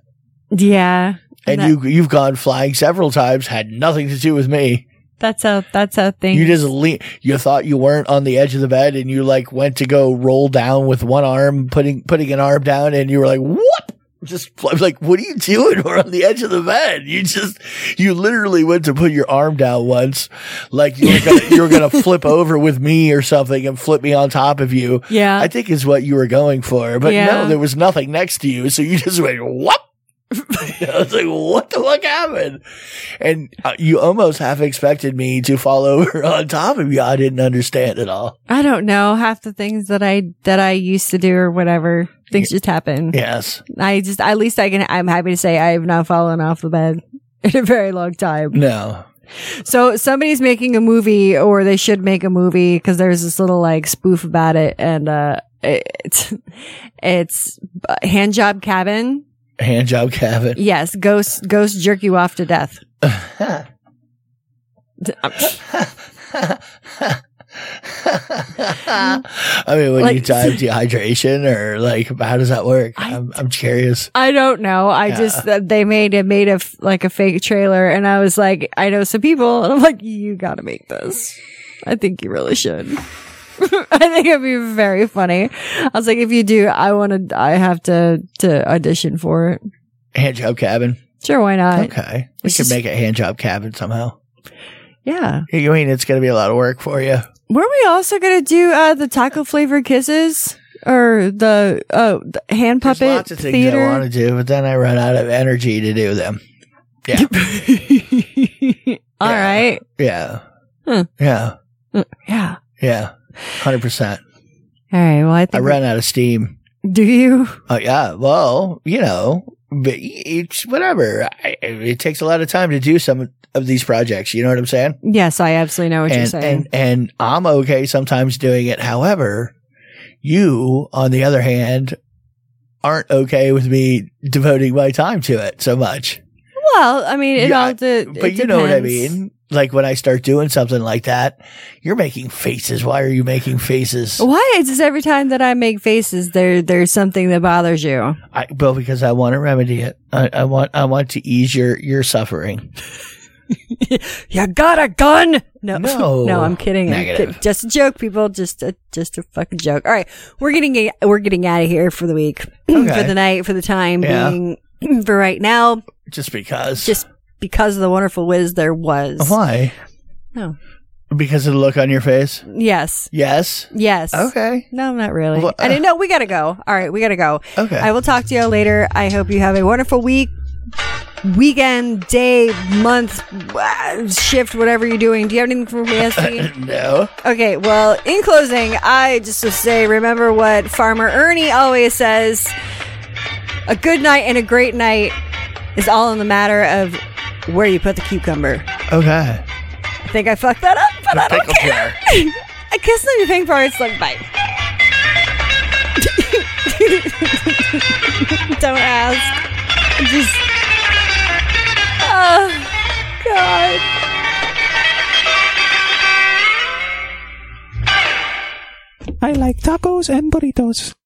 Speaker 2: yeah.
Speaker 1: and
Speaker 2: that,
Speaker 1: you you've gone flying several times had nothing to do with me
Speaker 2: That's how. That's how things.
Speaker 1: you just lean. You thought you weren't on the edge of the bed, and you like went to go roll down with one arm, putting putting an arm down, and you were like, "What?" Just <laughs> I was like, "What are you doing?" <laughs> We're on the edge of the bed. You just you literally went to put your arm down once, like you were gonna, you were gonna <laughs> flip over with me or something and flip me on top of you.
Speaker 2: yeah.
Speaker 1: I think is what you were going for, but
Speaker 2: Uh, Yeah.
Speaker 1: no, there was nothing next to you, so you <laughs> just went whoop. I was like, "What the fuck happened?" And uh, you almost half expected me to fall <laughs> over on top of you. I didn't understand at all.
Speaker 2: I don't know half the things that I that I used to do or whatever. Things just happen.
Speaker 1: Yes,
Speaker 2: I just at least I can. I'm happy to say I have not fallen off the bed <laughs> in a very long time.
Speaker 1: no,
Speaker 2: So somebody's making a movie, or they should make a movie because there's this little like spoof about it, and uh, it's <laughs> it's handjob cabin.
Speaker 1: hand job, Kevin.
Speaker 2: Yes, ghosts ghosts jerk you off to death.
Speaker 1: I mean, when you
Speaker 2: Like- <laughs>
Speaker 1: time dehydration or like, how does that work? I,
Speaker 2: I-
Speaker 1: am I'm curious.
Speaker 2: I don't know. I
Speaker 1: Yeah.
Speaker 2: just uh, they made it made a f- like a fake trailer, and I was like, I know some people, and I'm like, you got to make this. I think you really should. <laughs> I think it'd be very funny. I was like, if you do, I want to. I have to to audition for it.
Speaker 1: Hand job, cabin.
Speaker 2: Sure, why not?
Speaker 1: Okay, we
Speaker 2: It's
Speaker 1: could
Speaker 2: just-
Speaker 1: make a hand job cabin somehow.
Speaker 2: Yeah.
Speaker 1: I mean, it's going to be a lot of work for you.
Speaker 2: Were we also gonna do uh the taco flavored kisses or the uh the hand puppet
Speaker 1: There's lots of things
Speaker 2: theater?
Speaker 1: I
Speaker 2: <laughs>
Speaker 1: want to do, but then I run out of energy to do them. Yeah,
Speaker 2: All
Speaker 1: Yeah.
Speaker 2: right.
Speaker 1: yeah,
Speaker 2: Huh.
Speaker 1: yeah,
Speaker 2: Yeah.
Speaker 1: yeah. Hundred percent.
Speaker 2: All right. Well, I
Speaker 1: I
Speaker 2: think.
Speaker 1: ran out of steam.
Speaker 2: <laughs> do you?
Speaker 1: Oh yeah. Well, you know, but it's whatever. I, it takes a lot of time to do some of these projects. You know what I'm saying?
Speaker 2: Yes, I absolutely know what you're
Speaker 1: and,
Speaker 2: saying.
Speaker 1: and and I'm okay sometimes doing it. However, you, on the other hand, aren't okay with me devoting my time to it so much.
Speaker 2: well, I mean, it
Speaker 1: Yeah,
Speaker 2: all de-
Speaker 1: but
Speaker 2: it
Speaker 1: you know what I
Speaker 2: depends.
Speaker 1: mean. Like when I start doing something like that, you're making faces. Why are you making faces?
Speaker 2: Why is this every time that I make faces, there there's something that bothers you?
Speaker 1: I, well, because I want to remedy it. I, I want I want to ease your your suffering.
Speaker 2: you got a gun? <laughs> No,
Speaker 1: No.
Speaker 2: I'm kidding. I'm
Speaker 1: Negative.
Speaker 2: kid- Just a joke, people. Just a just a fucking joke. All right, we're getting we're getting out of here for the week, <clears throat>
Speaker 1: Okay.
Speaker 2: for the night, for the time
Speaker 1: Yeah.
Speaker 2: being, <clears throat> for right now,
Speaker 1: Just because.
Speaker 2: just because of the wonderful whiz there was.
Speaker 1: Why?
Speaker 2: No.
Speaker 1: Because of the look on your face?
Speaker 2: Yes.
Speaker 1: Yes.
Speaker 2: Yes.
Speaker 1: Okay.
Speaker 2: No, not really.
Speaker 1: Well, uh,
Speaker 2: I didn't know. We gotta go. All right, we gotta go.
Speaker 1: Okay.
Speaker 2: I will talk to you later. I hope you have a wonderful week, weekend, day, month, uh, shift, whatever you're doing. Do you have anything for
Speaker 1: <coughs>
Speaker 2: me, SD?
Speaker 1: no.
Speaker 2: okay. Well, in closing, I just will say, remember what Farmer Ernie always says: a good night and a great night is all in the matter of where you put the cucumber.
Speaker 1: Okay.
Speaker 2: I think I fucked that up, but I don't
Speaker 1: Pickle
Speaker 2: care.
Speaker 1: jar.
Speaker 2: <laughs> I guess not anything for it's like bye. <laughs> Don't ask. Just oh God.
Speaker 9: I like tacos and burritos.